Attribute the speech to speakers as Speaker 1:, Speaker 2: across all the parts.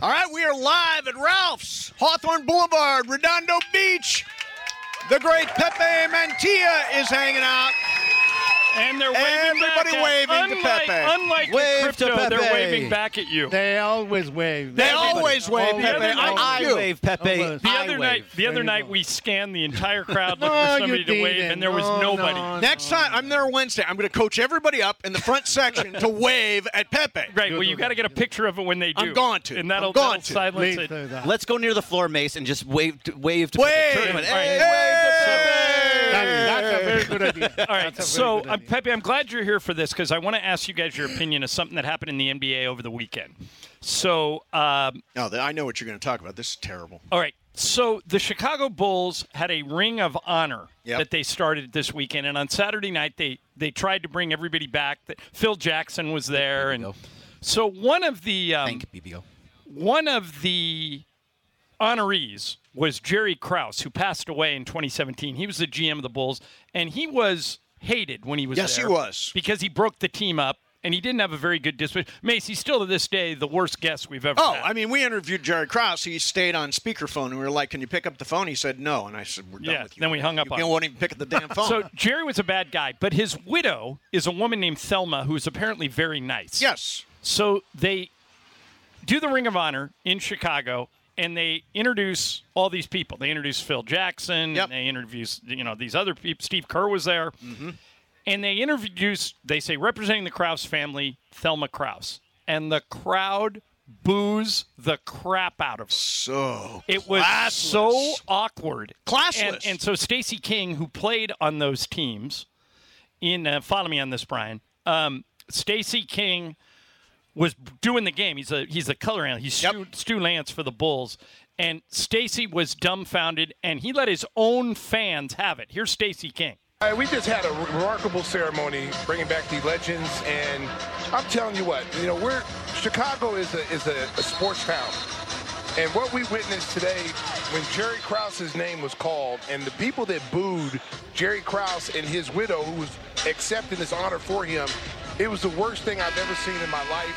Speaker 1: All right, we are live at Ralph's, Hawthorne Boulevard, Redondo Beach. The great Pepe Mantilla is hanging out.
Speaker 2: And they're waving
Speaker 1: Everybody
Speaker 2: back at-
Speaker 1: waving to
Speaker 2: unlike,
Speaker 1: Pepe.
Speaker 2: Unlike in
Speaker 3: Wave to
Speaker 2: crypto, they're
Speaker 3: Pepe.
Speaker 2: waving back at you.
Speaker 4: They always wave.
Speaker 1: They
Speaker 4: Everybody-
Speaker 1: always wave,
Speaker 4: always
Speaker 1: Pepe.
Speaker 2: I-
Speaker 3: I
Speaker 1: do.
Speaker 3: wave, Pepe.
Speaker 4: Almost.
Speaker 2: The
Speaker 3: I
Speaker 2: other
Speaker 3: wave.
Speaker 2: night, the
Speaker 4: There
Speaker 2: other
Speaker 4: you
Speaker 2: night,
Speaker 4: go.
Speaker 2: we scanned the entire crowd looking
Speaker 4: No,
Speaker 2: for
Speaker 4: you
Speaker 2: somebody to wave,
Speaker 4: didn't.
Speaker 2: and there was
Speaker 4: No,
Speaker 2: nobody.
Speaker 4: no,
Speaker 1: Next time, I'm there Wednesday. I'm going to coach everybody up in the front section to wave at Pepe.
Speaker 2: Right. Well, you got to get a picture of it when they do.
Speaker 1: I'm going to.
Speaker 2: And that'll,
Speaker 1: I'm going
Speaker 2: that'll
Speaker 1: to.
Speaker 2: silence
Speaker 4: Leave
Speaker 2: it.
Speaker 4: through that.
Speaker 3: Let's go near the floor, Mace, and just wave, to, wave to
Speaker 1: Wave!
Speaker 3: Pepe. Hey,
Speaker 1: Hey,
Speaker 4: That- That's a very good idea.
Speaker 2: All right,
Speaker 4: That's a very
Speaker 2: so
Speaker 4: good
Speaker 2: uh,
Speaker 4: idea.
Speaker 2: Pepe, I'm glad you're here for this because I want to ask you guys your opinion of something that happened in the NBA over the weekend. So, um,
Speaker 1: No, th- I know what you're going to talk about. This is terrible.
Speaker 2: all right, so the Chicago Bulls had a ring of honor
Speaker 1: Yep.
Speaker 2: that they started this weekend, and on Saturday night they they tried to bring everybody back. That Phil Jackson was there, and so one of the um,
Speaker 3: Thank you, BBO.
Speaker 2: one of the honorees was Jerry Krause, who passed away in 2017. He was the GM of the Bulls, and he was hated when he was
Speaker 1: Yes, he
Speaker 2: there
Speaker 1: was.
Speaker 2: because he broke the team up, and he didn't have a very good disposition. Mace, he's still to this day the worst guest we've ever.
Speaker 1: Oh,
Speaker 2: had.
Speaker 1: I mean, we interviewed Jerry Krause. He stayed on speakerphone, and we were like, "Can you pick up the phone?" He said, "No," and I said, "We're done
Speaker 2: Yeah,
Speaker 1: with you."
Speaker 2: then we hung up
Speaker 1: You
Speaker 2: on him.
Speaker 1: won't even pick up the damn phone.
Speaker 2: So Jerry was a bad guy, but his widow is a woman named Thelma who is apparently very nice.
Speaker 1: yes,
Speaker 2: So they do the Ring of Honor in Chicago, and they introduce all these people. They introduce Phil Jackson.
Speaker 1: Yep.
Speaker 2: And they introduce you know these other people. Steve Kerr was there,
Speaker 1: Mm-hmm.
Speaker 2: and they introduce. They say representing the Kraus family, Thelma Kraus, and the crowd boos the crap out of her.
Speaker 1: so
Speaker 2: It was
Speaker 1: classless.
Speaker 2: so awkward.
Speaker 1: Classless.
Speaker 2: And, and so Stacy King, who played on those teams, in uh, follow me on this, Brian. Um, Stacy King was doing the game. He's a he's a color analyst. He's
Speaker 1: Yep.
Speaker 2: Stu, Stu Lance for the Bulls. And Stacy was dumbfounded, and he let his own fans have it. Here's Stacy King.
Speaker 5: Uh, we just had a remarkable ceremony, bringing back the legends, and I'm telling you what, you know, we're Chicago is a is a, a sports town, and what we witnessed today when Jerry Krause's name was called, and the people that booed Jerry Krause and his widow, who was accepting this honor for him, it was the worst thing I've ever seen in my life.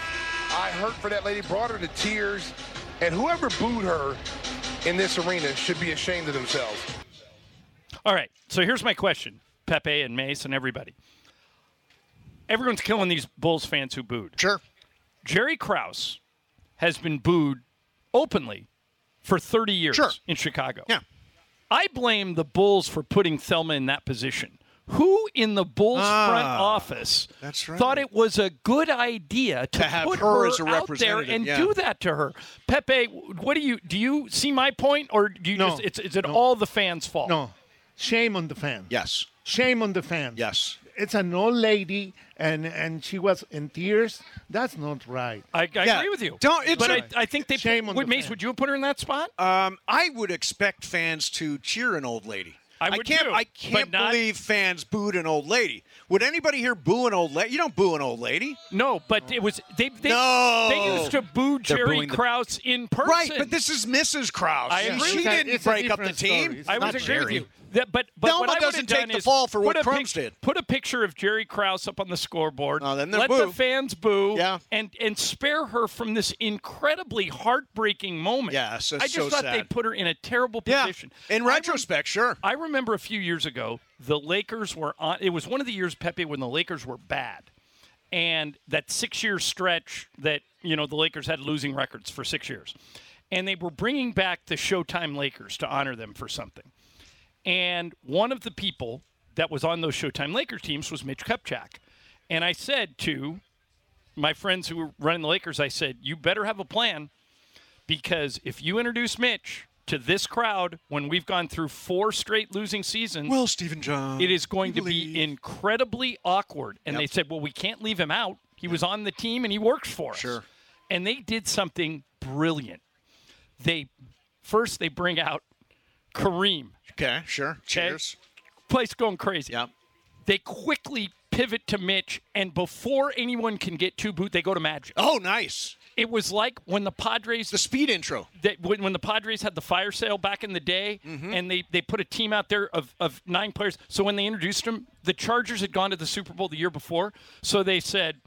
Speaker 5: I hurt for that lady, brought her to tears, and whoever booed her in this arena should be ashamed of themselves.
Speaker 2: All right. So here's my question, Pepe and Mace and everybody. Everyone's killing these Bulls fans who booed.
Speaker 1: sure.
Speaker 2: Jerry Krause has been booed openly for 30 years
Speaker 1: Sure.
Speaker 2: in Chicago.
Speaker 1: Yeah.
Speaker 2: I blame the Bulls for putting Thelma in that position. Who in the Bulls front office
Speaker 1: Ah, that's right.
Speaker 2: thought it was a good idea to,
Speaker 1: To have
Speaker 2: put
Speaker 1: her as a
Speaker 2: out there
Speaker 1: representative,
Speaker 2: and
Speaker 1: yeah.
Speaker 2: do that to her? Pepe, what do you do? You see my point, or do you
Speaker 4: No.
Speaker 2: just it's is it
Speaker 4: No.
Speaker 2: all the fans' fault?
Speaker 4: No, shame on the fan.
Speaker 1: Yes.
Speaker 4: Shame on the fan.
Speaker 1: Yes.
Speaker 4: It's an old lady, and and she was in tears. That's not right.
Speaker 2: I, I
Speaker 1: Yeah.
Speaker 2: agree with you.
Speaker 1: Don't- it's
Speaker 2: but
Speaker 1: a-
Speaker 2: I I think they
Speaker 4: Shame on
Speaker 2: would,
Speaker 4: the
Speaker 2: Mace,
Speaker 4: fan.
Speaker 2: would you have put her in that spot?
Speaker 1: Um, I would expect fans to cheer an old lady.
Speaker 2: I would
Speaker 1: can't.
Speaker 2: too,
Speaker 1: I
Speaker 2: but
Speaker 1: can't
Speaker 2: not-
Speaker 1: believe fans booed an old lady. Would anybody here boo an old lady? You don't boo an old lady,
Speaker 2: No, but it was they. They,
Speaker 1: No.
Speaker 2: they used to boo Jerry
Speaker 3: booing the-
Speaker 2: Krause in person.
Speaker 1: right? But this is Mrs. Krause.
Speaker 2: I agree.
Speaker 1: She
Speaker 4: It's a-
Speaker 1: didn't
Speaker 4: it's a
Speaker 1: break up the
Speaker 4: different story.
Speaker 1: team.
Speaker 4: It's
Speaker 2: I was
Speaker 4: not
Speaker 2: agree with
Speaker 4: Jerry.
Speaker 2: you. That, but but
Speaker 1: Thelma
Speaker 2: what I would've
Speaker 1: doesn't take
Speaker 2: done
Speaker 1: the
Speaker 2: is
Speaker 1: fall for
Speaker 2: put
Speaker 1: what
Speaker 2: a pic-
Speaker 1: Crumbs did.
Speaker 2: Put a picture of Jerry Krause up on the scoreboard.
Speaker 1: Oh, then they're
Speaker 2: let the
Speaker 1: boo.
Speaker 2: fans boo.
Speaker 1: Yeah.
Speaker 2: and and spare her from this incredibly heartbreaking moment.
Speaker 1: Yeah, it's just
Speaker 2: I just
Speaker 1: so
Speaker 2: thought they
Speaker 1: sad.
Speaker 2: put her in a terrible
Speaker 1: Yeah.
Speaker 2: position.
Speaker 1: In
Speaker 2: I rem-
Speaker 1: retrospect, sure.
Speaker 2: I remember a few years ago, the Lakers were on. It was one of the years Pepe when the Lakers were bad, and that six-year stretch that you know the Lakers had losing records for six years, and they were bringing back the Showtime Lakers to honor them for something, and one of the people that was on those Showtime Lakers teams was Mitch Kupchak, and I said to my friends who were running the Lakers, I said, "You better have a plan." because if you introduce Mitch to this crowd when we've gone through four straight losing seasons,
Speaker 1: Well, Stephen John,
Speaker 2: it is going to be incredibly awkward. And they said, well, we can't leave him out. He was on the team and he works for us.
Speaker 1: Sure.
Speaker 2: And they did something brilliant. They first they bring out Kareem.
Speaker 1: Okay, sure.
Speaker 2: okay?
Speaker 1: Cheers.
Speaker 2: Place going crazy.
Speaker 1: Yep.
Speaker 2: They quickly pivot to Mitch, and before anyone can get to boot, they go to Magic.
Speaker 1: Oh, nice.
Speaker 2: It was like when the Padres
Speaker 1: The speed intro.
Speaker 2: that when, when the Padres had the fire sale back in the day,
Speaker 1: Mm-hmm.
Speaker 2: and they, they put a team out there of, of nine players. So when they introduced them, the Chargers had gone to the Super Bowl the year before. So they said,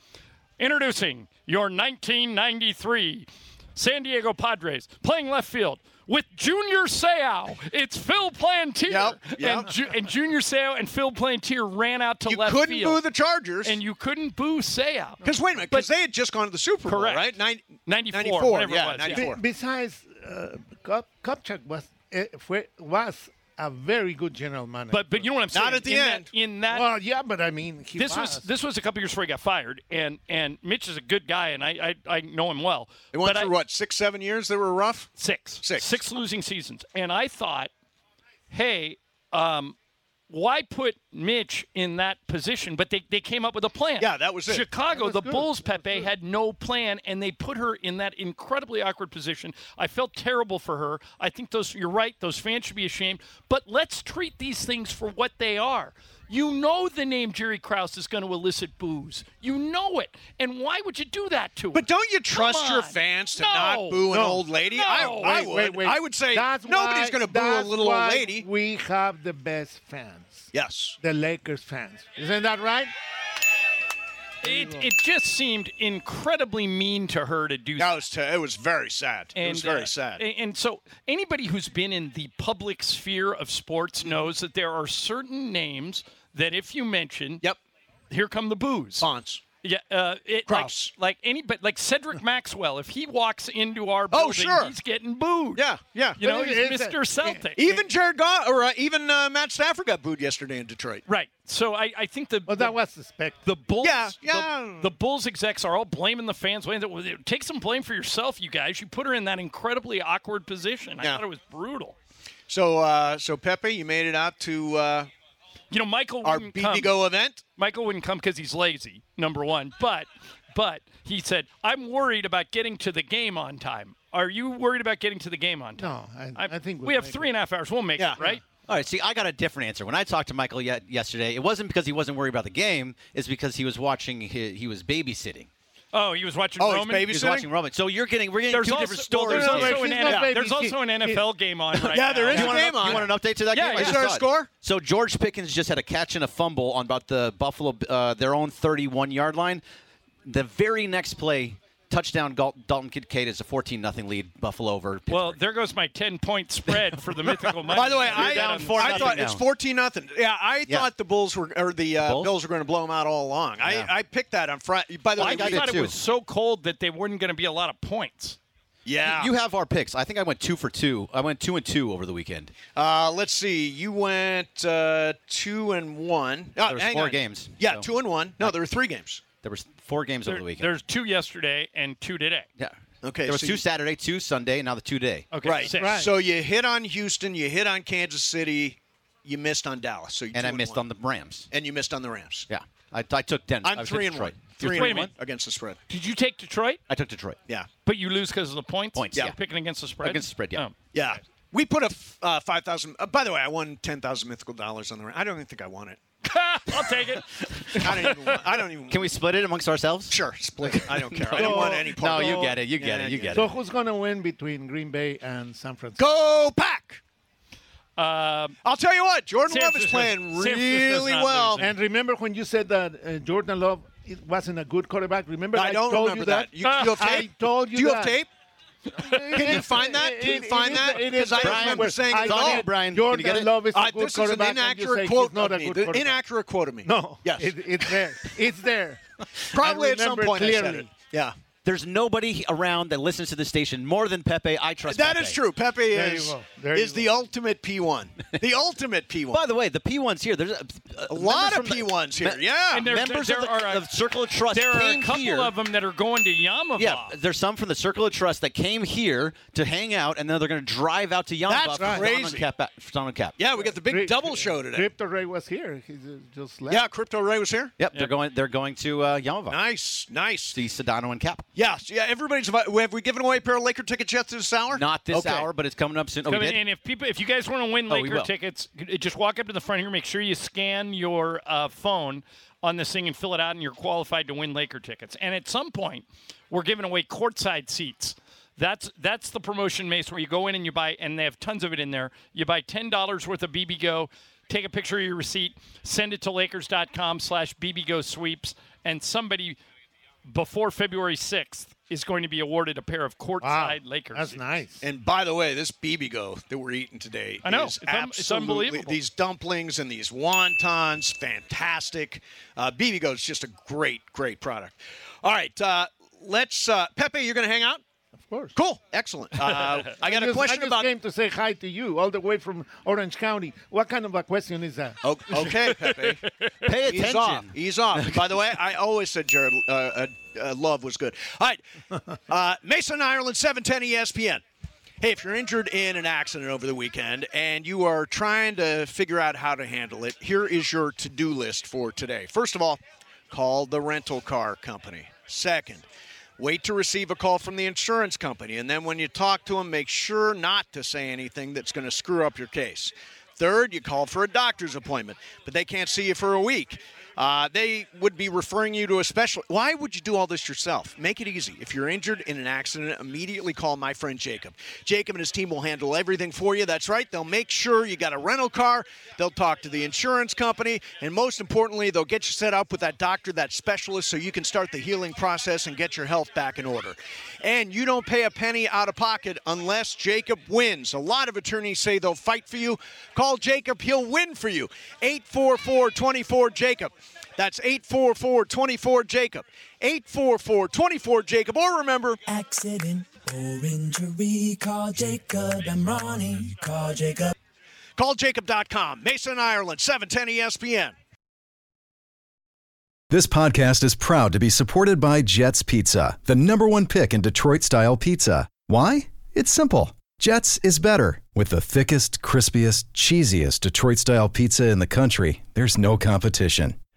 Speaker 2: introducing your 1993 San Diego Padres playing left field with Junior Seau. It's Phil Plantier.
Speaker 1: Yep, yep.
Speaker 2: And, Ju- and Junior Seau and Phil Plantier ran out to
Speaker 1: You
Speaker 2: left
Speaker 1: couldn't
Speaker 2: field.
Speaker 1: boo the Chargers.
Speaker 2: and you couldn't boo Seau.
Speaker 1: Because wait a minute, because they had just gone to the Super Bowl,
Speaker 2: Correct.
Speaker 1: right? Nin-
Speaker 2: 94, whatever it
Speaker 1: yeah,
Speaker 2: was, yeah.
Speaker 1: 94.
Speaker 4: Besides, uh, Kop- Kopchak was eh, fue- was a very good general manager.
Speaker 2: But, but you know what I'm saying?
Speaker 1: Not at the
Speaker 2: in
Speaker 1: end.
Speaker 2: That, in that
Speaker 4: well, yeah, but I mean, he
Speaker 2: this was this was a couple years before he got fired, and and Mitch is a good guy, and I I, I know him well.
Speaker 1: They went
Speaker 2: But
Speaker 1: through
Speaker 2: I-
Speaker 1: what, six, seven years They were rough?
Speaker 2: Six.
Speaker 1: Six.
Speaker 2: Six losing seasons, and I thought, hey, um, why put Mitch in that position? But they, they came up with a plan.
Speaker 1: Yeah, that was it.
Speaker 2: Chicago, the Bulls, Pepe had no plan, and they put her in that incredibly awkward position. I felt terrible for her. I think those you're right; those fans should be ashamed. But let's treat these things for what they are. You know the name Jerry Krause is going to elicit boos. You know it, and why would you do that to her?
Speaker 1: But don't you trust your
Speaker 2: on.
Speaker 1: fans to
Speaker 2: No.
Speaker 1: not boo an
Speaker 4: No.
Speaker 1: old lady?
Speaker 2: No.
Speaker 1: I, I
Speaker 2: Wait,
Speaker 1: would. I would say
Speaker 4: That's
Speaker 1: nobody's
Speaker 4: why-
Speaker 1: going to boo a
Speaker 4: that's
Speaker 1: little old
Speaker 4: why
Speaker 1: lady.
Speaker 4: We have the best fans.
Speaker 1: Yes.
Speaker 4: The Lakers fans. Isn't that right?
Speaker 2: It, it just seemed incredibly mean to her to do
Speaker 1: That was te- it was very sad. it was very
Speaker 2: uh,
Speaker 1: sad.
Speaker 2: a- And, so anybody who's been in the public sphere of sports knows that there are certain names that if you mention,
Speaker 1: yep.
Speaker 2: here come the boos.
Speaker 1: Fonts.
Speaker 2: Yeah, uh, it, like,
Speaker 1: Krause.
Speaker 2: like anybody, like Cedric Maxwell, if he walks into our
Speaker 1: Oh,
Speaker 2: building,
Speaker 1: sure.
Speaker 2: he's getting booed.
Speaker 1: Yeah, yeah.
Speaker 2: You know,
Speaker 4: But it
Speaker 2: he's
Speaker 4: is a-
Speaker 2: Mr. Celtic.
Speaker 1: Even Jared Goff or uh, even uh, Matt Stafford got booed yesterday in Detroit.
Speaker 2: right. So I, I think the
Speaker 4: Well, that was suspect.
Speaker 2: the Bulls,
Speaker 1: Yeah,
Speaker 2: the-
Speaker 1: yeah.
Speaker 2: The, Bulls execs are all blaming the fans. Wait, well, Take some blame for yourself, you guys. You put her in that incredibly awkward position. I
Speaker 1: Yeah.
Speaker 2: thought it was brutal.
Speaker 1: So uh, so Pepe, you made it out to uh,
Speaker 2: You know, Michael
Speaker 1: our
Speaker 2: wouldn't Mm, come.
Speaker 1: BBGO event.
Speaker 2: Michael wouldn't come because he's lazy, number one. But, but he said, "I'm worried about getting to the game on time." Are you worried about getting to the game on time?
Speaker 4: No, I, I, think
Speaker 2: we have
Speaker 4: make
Speaker 2: three
Speaker 4: it.
Speaker 2: and a half hours. We'll make
Speaker 1: Yeah.
Speaker 2: it, right?
Speaker 3: All right, see, I got a different answer. When I talked to Michael yet yesterday, it wasn't because he wasn't worried about the game, it's because he was watching he, he was babysitting.
Speaker 2: Oh, he was watching
Speaker 1: Oh, he's
Speaker 2: Roman.
Speaker 1: babysitting?
Speaker 3: He was watching Roman. So you're getting we're getting
Speaker 2: There's
Speaker 3: two
Speaker 2: also,
Speaker 3: different
Speaker 2: well,
Speaker 3: stories.
Speaker 2: there's,
Speaker 4: No,
Speaker 2: also
Speaker 4: he's
Speaker 2: an
Speaker 4: not
Speaker 2: NFL, there's
Speaker 4: babysitting.
Speaker 2: also an NFL game on right
Speaker 1: Yeah,
Speaker 2: now.
Speaker 1: there is
Speaker 3: you
Speaker 1: a
Speaker 3: want,
Speaker 1: game
Speaker 3: an, up-
Speaker 1: on.
Speaker 3: you want an update to that
Speaker 2: Yeah,
Speaker 3: game?
Speaker 2: yeah.
Speaker 3: I
Speaker 2: Is
Speaker 3: just
Speaker 1: there a
Speaker 3: saw it.
Speaker 1: score?
Speaker 3: So George Pickens just had a catch and a fumble on about the Buffalo uh, their own 31 yard line. The very next play, touchdown Gal- Dalton Kincaid is a 14 nothing lead Buffalo over. Pittsburgh.
Speaker 2: Well, there goes my ten point spread for the mythical.
Speaker 1: By the way,
Speaker 2: Vikings.
Speaker 1: I, uh,
Speaker 2: That
Speaker 3: down
Speaker 2: on-
Speaker 3: four
Speaker 1: I thought
Speaker 3: nothing
Speaker 1: it's
Speaker 3: now.
Speaker 1: fourteen nothing. Yeah, I
Speaker 3: Yeah.
Speaker 1: thought the Bulls were or the uh,
Speaker 3: Bulls?
Speaker 1: Bills were going to blow them out all along.
Speaker 3: Yeah.
Speaker 1: I, I picked that on Friday. By the
Speaker 2: I
Speaker 1: way,
Speaker 3: got
Speaker 1: we-
Speaker 3: it
Speaker 2: thought it
Speaker 3: too.
Speaker 2: was so cold that they weren't going to be a lot of points.
Speaker 1: yeah.
Speaker 3: you have our picks. I think I went two for two. I went two and two over the weekend.
Speaker 1: uh, let's see. You went uh, two and one. Oh,
Speaker 3: was
Speaker 1: hang
Speaker 3: four
Speaker 1: on.
Speaker 3: games,
Speaker 1: Yeah,
Speaker 3: so-
Speaker 1: two and one. No, there were three games.
Speaker 3: There was four games over the weekend.
Speaker 2: There's two yesterday and two today.
Speaker 3: yeah.
Speaker 1: Okay,
Speaker 3: There was
Speaker 1: so
Speaker 3: two
Speaker 1: you-
Speaker 3: Saturday, two Sunday, and now the two day.
Speaker 2: Okay,
Speaker 1: right.
Speaker 2: six.
Speaker 1: So you hit on Houston. You hit on Kansas City. You missed on Dallas. So you
Speaker 3: And
Speaker 1: two
Speaker 3: I missed
Speaker 1: one.
Speaker 3: on the Rams.
Speaker 1: and you missed on the Rams.
Speaker 3: Yeah. I, I took Denver. I
Speaker 1: I'm
Speaker 3: took
Speaker 1: three and one.
Speaker 3: Detroit.
Speaker 1: Three
Speaker 2: Wait a
Speaker 1: and one
Speaker 2: minute.
Speaker 1: against the spread.
Speaker 2: Did you take Detroit?
Speaker 3: I took Detroit.
Speaker 1: Yeah,
Speaker 2: But you lose because of the points.
Speaker 3: Points,
Speaker 2: You're
Speaker 3: yeah.
Speaker 2: Picking against the spread.
Speaker 3: Against the spread, yeah.
Speaker 2: Oh.
Speaker 1: yeah. We put a f- uh, five thousand. Uh, by the way, I won ten thousand mythical dollars on the. Rams. I don't even think I won it.
Speaker 2: Oh. I'll take it.
Speaker 1: I don't even. I don't even.
Speaker 3: Can we split it amongst ourselves?
Speaker 1: Sure, split. it. I don't care. I don't want any
Speaker 3: No,
Speaker 1: part. of
Speaker 3: you get it. You get
Speaker 1: Yeah,
Speaker 3: it. You
Speaker 1: yeah.
Speaker 3: get
Speaker 4: So
Speaker 3: it.
Speaker 4: who's gonna win between Green Bay and San Francisco?
Speaker 1: Go pack.
Speaker 2: Um,
Speaker 1: I'll tell you what. Jordan
Speaker 2: San
Speaker 1: Love is
Speaker 2: Francisco-
Speaker 1: playing
Speaker 2: San Francisco's
Speaker 1: really
Speaker 2: not
Speaker 1: well.
Speaker 2: losing.
Speaker 4: And remember when you said that uh, Jordan Love it wasn't a good quarterback? Remember
Speaker 1: I don't
Speaker 4: told
Speaker 1: remember
Speaker 4: you
Speaker 1: that.
Speaker 4: that.
Speaker 1: You, you have
Speaker 4: I
Speaker 1: tape?
Speaker 4: told you
Speaker 1: Do you have
Speaker 4: that.
Speaker 1: tape? Can you find that? Can you find that? Because I
Speaker 4: Brian,
Speaker 1: remember saying
Speaker 4: I
Speaker 1: it's all-
Speaker 4: did-
Speaker 3: Brian, can you
Speaker 4: Jordan
Speaker 3: get it?
Speaker 4: Love is a
Speaker 1: I-
Speaker 4: good
Speaker 1: this is an
Speaker 4: quarterback, and you say
Speaker 1: inaccurate
Speaker 4: he's
Speaker 1: quote
Speaker 4: not
Speaker 1: of
Speaker 4: a
Speaker 1: me.
Speaker 4: good
Speaker 1: The
Speaker 4: quarterback.
Speaker 1: inaccurate quote of me.
Speaker 4: No.
Speaker 1: Yes.
Speaker 4: It, it's there. It's there.
Speaker 1: Probably
Speaker 4: I
Speaker 1: at some
Speaker 4: remember
Speaker 1: point I said
Speaker 4: clearly.
Speaker 1: it. Yeah.
Speaker 3: There's nobody around that listens to this station more than Pepe. I trust
Speaker 1: That
Speaker 3: Pepe.
Speaker 1: is true. Pepe
Speaker 4: There you
Speaker 1: is
Speaker 4: go. There
Speaker 1: is
Speaker 4: you
Speaker 1: the
Speaker 4: go.
Speaker 1: ultimate P1. The ultimate P1.
Speaker 3: By the way, the P1s here. There's a,
Speaker 1: a lot of
Speaker 3: members from the-
Speaker 1: P1s here.
Speaker 3: me-
Speaker 1: Yeah.
Speaker 2: And there-
Speaker 3: members
Speaker 2: there
Speaker 3: of the,
Speaker 2: are a-
Speaker 3: of Circle of Trust
Speaker 2: there are a
Speaker 3: came
Speaker 2: couple
Speaker 3: here.
Speaker 2: of them that are going to Yamava.
Speaker 3: yeah, there's some from the Circle of Trust that came here to hang out, and then they're going to drive out to Yamba
Speaker 1: That's
Speaker 3: for Don and
Speaker 1: crazy.
Speaker 3: Cap, for Don and Cap.
Speaker 1: yeah, we got the big
Speaker 4: Crypt-
Speaker 1: double show today.
Speaker 4: Crypto Ray was here. He ju- just left.
Speaker 1: yeah, Crypto Ray was here.
Speaker 3: Yep, they're going. They're going to uh, Yamba.
Speaker 1: Nice, nice.
Speaker 3: See Sedano and Cap.
Speaker 1: Yes, yeah. Everybody's. Have we given away a pair of Laker tickets yet this hour?
Speaker 3: Not this
Speaker 1: Okay.
Speaker 3: hour, but it's coming up soon. Oh, we
Speaker 2: Come in,
Speaker 3: did?
Speaker 2: and if people, if you guys want to win
Speaker 3: Oh, we
Speaker 2: Laker
Speaker 3: will.
Speaker 2: tickets, g- just walk up to the front here. Make sure you scan your uh, phone on this thing and fill it out, and you're qualified to win Laker tickets. And at some point, we're giving away courtside seats. That's that's the promotion, Mace, where you go in and you buy, and they have tons of it in there. You buy ten dollars worth of BB Go, take a picture of your receipt, send it to Lakers.com/slash BB Go sweeps, and somebody before February sixth is going to be awarded a pair of courtside
Speaker 4: Wow,
Speaker 2: Lakers.
Speaker 4: that's
Speaker 2: seats.
Speaker 4: nice.
Speaker 1: And by the way, this BB go that we're eating today
Speaker 2: I know.
Speaker 1: is
Speaker 2: It's un- it's
Speaker 1: absolutely
Speaker 2: unbelievable.
Speaker 1: these dumplings and these wontons, fantastic. Uh, BB go is just a great, great product. All right, uh, let's uh, Pepe, you're going to hang out.
Speaker 4: Of course.
Speaker 1: Cool, excellent. Uh, I got
Speaker 4: I
Speaker 1: a
Speaker 4: just, I
Speaker 1: question
Speaker 4: just
Speaker 1: about.
Speaker 4: came to say hi to you all the way from Orange County. What kind of a question is that?
Speaker 1: O- Okay, Pepe.
Speaker 3: Pay
Speaker 1: Ease
Speaker 3: attention.
Speaker 1: off. Ease off. By the way, I always said Jared uh, uh, uh, Love was good. All right. Uh, Mason, Ireland, E 710 ESPN. Hey, if you're injured in an accident over the weekend and you are trying to figure out how to handle it, here is your to do list for today. First of all, call the rental car company. Second, wait to receive a call from the insurance company. And then when you talk to them, make sure not to say anything that's going to screw up your case. Third, you call for a doctor's appointment, but they can't see you for a week. Uh, they would be referring you to a special. Why would you do all this yourself? Make it easy. If you're injured in an accident, immediately call my friend Jacob. Jacob and his team will handle everything for you. That's right. They'll make sure you got a rental car. They'll talk to the insurance company, and most importantly, they'll get you set up with that doctor, that specialist, so you can start the healing process and get your health back in order. And you don't pay a penny out of pocket unless Jacob wins. A lot of attorneys say they'll fight for you. Call Jacob, he'll win for you. 844 24 Jacob. That's 844 24 Jacob. 844 24 Jacob. Or remember,
Speaker 6: accident or injury, call Jacob and Ronnie. Call Jacob.
Speaker 1: call Jacob.com. Mason, Ireland, E 710 ESPN.
Speaker 7: This podcast is proud to be supported by Jets Pizza, the number one pick in Detroit style pizza. Why? It's simple. Jets is better. With the thickest, crispiest, cheesiest Detroit style pizza in the country, there's no competition.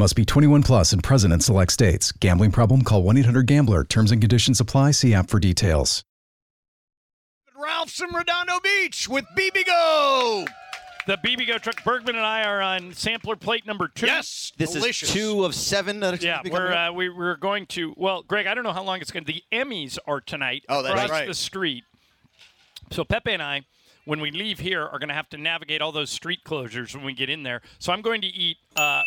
Speaker 7: Must be 21 plus and present in select states. Gambling problem? Call 1 800 Gambler. Terms and conditions apply. See app for details.
Speaker 1: Ralph's in Redondo Beach with BB Go.
Speaker 2: The BB Go truck. Bergman and I are on sampler plate number two.
Speaker 1: Yes,
Speaker 3: This
Speaker 1: delicious.
Speaker 3: is two of seven. That are
Speaker 2: Yeah,
Speaker 3: becoming
Speaker 2: we're
Speaker 3: up.
Speaker 2: uh, we, we're going to. Well, Greg, I don't know how long it's going. to The Emmys are tonight
Speaker 1: Oh, that's
Speaker 2: across
Speaker 1: right.
Speaker 2: the street. So Pepe and I, when we leave here, are going to have to navigate all those street closures when we get in there. So I'm going to eat. Uh,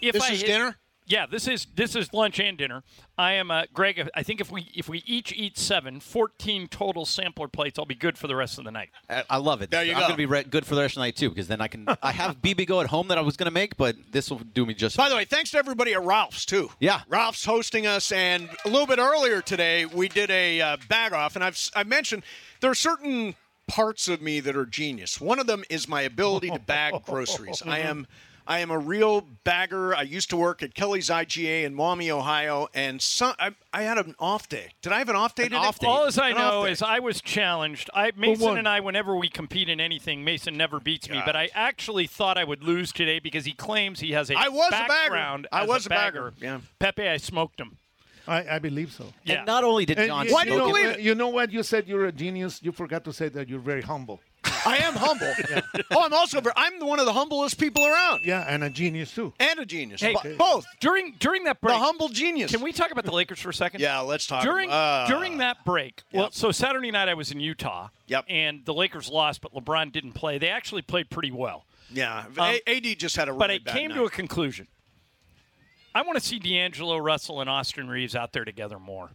Speaker 2: if
Speaker 1: This
Speaker 2: I
Speaker 1: is
Speaker 2: hit-
Speaker 1: dinner?
Speaker 2: Yeah, this is this is lunch and dinner. I am uh, Greg. I think if we if we each eat seven, 14 total sampler plates, I'll be good for the rest of the night.
Speaker 3: I- I love it.
Speaker 1: There you
Speaker 3: I'm
Speaker 1: go.
Speaker 3: going to be re- good for the rest of the night too, because then I can. I have BB Go at home that I was going to make, but this will do me just.
Speaker 1: By the way, thanks to everybody at Ralph's too.
Speaker 3: Yeah.
Speaker 1: Ralph's hosting us, and a little bit earlier today we did a uh, bag off, and I've s- I mentioned there are certain parts of me that are genius. One of them is my ability to bag groceries. I am. I am a real bagger. I used to work at Kelly's IGA in Maumee, Ohio, and some, I, I had an off day. Did I have an off day today?
Speaker 2: All as I
Speaker 1: An off
Speaker 2: know
Speaker 1: day.
Speaker 2: is I was challenged. I Mason
Speaker 4: won?
Speaker 2: and I, whenever we compete in anything, Mason never beats me. But I actually thought I would lose today because he claims he has a
Speaker 1: I was a bagger.
Speaker 2: background.
Speaker 1: I
Speaker 2: as
Speaker 1: was
Speaker 2: a
Speaker 1: a
Speaker 2: bagger.
Speaker 1: bagger, yeah.
Speaker 2: Pepe, I smoked him.
Speaker 4: I, I believe so.
Speaker 2: Yeah.
Speaker 3: And not only did
Speaker 4: And
Speaker 3: John.
Speaker 4: you,
Speaker 1: Why do
Speaker 4: you
Speaker 3: smoke
Speaker 4: know,
Speaker 3: it-
Speaker 1: believe
Speaker 4: uh,
Speaker 1: it?
Speaker 4: you know what? You said you're a genius. You forgot to say that you're very humble.
Speaker 1: I am humble. Oh, I'm also ver- I'm one of the humblest people around,
Speaker 4: Yeah, and a genius too.
Speaker 1: and a genius.
Speaker 2: Hey,
Speaker 1: Bo- both
Speaker 2: during during that break.
Speaker 1: the humble genius.
Speaker 2: Can we talk about the Lakers for a second?
Speaker 1: Yeah, let's talk.
Speaker 2: During
Speaker 1: uh,
Speaker 2: during that break, well, so Saturday night I was in Utah.
Speaker 1: Yep.
Speaker 2: And the Lakers lost, but LeBron didn't play. They actually played pretty well.
Speaker 1: Yeah, A- AD just had a.
Speaker 2: um, but
Speaker 1: really
Speaker 2: I
Speaker 1: bad
Speaker 2: came
Speaker 1: night.
Speaker 2: to a conclusion. I want to see D'Angelo Russell and Austin Reeves out there together more.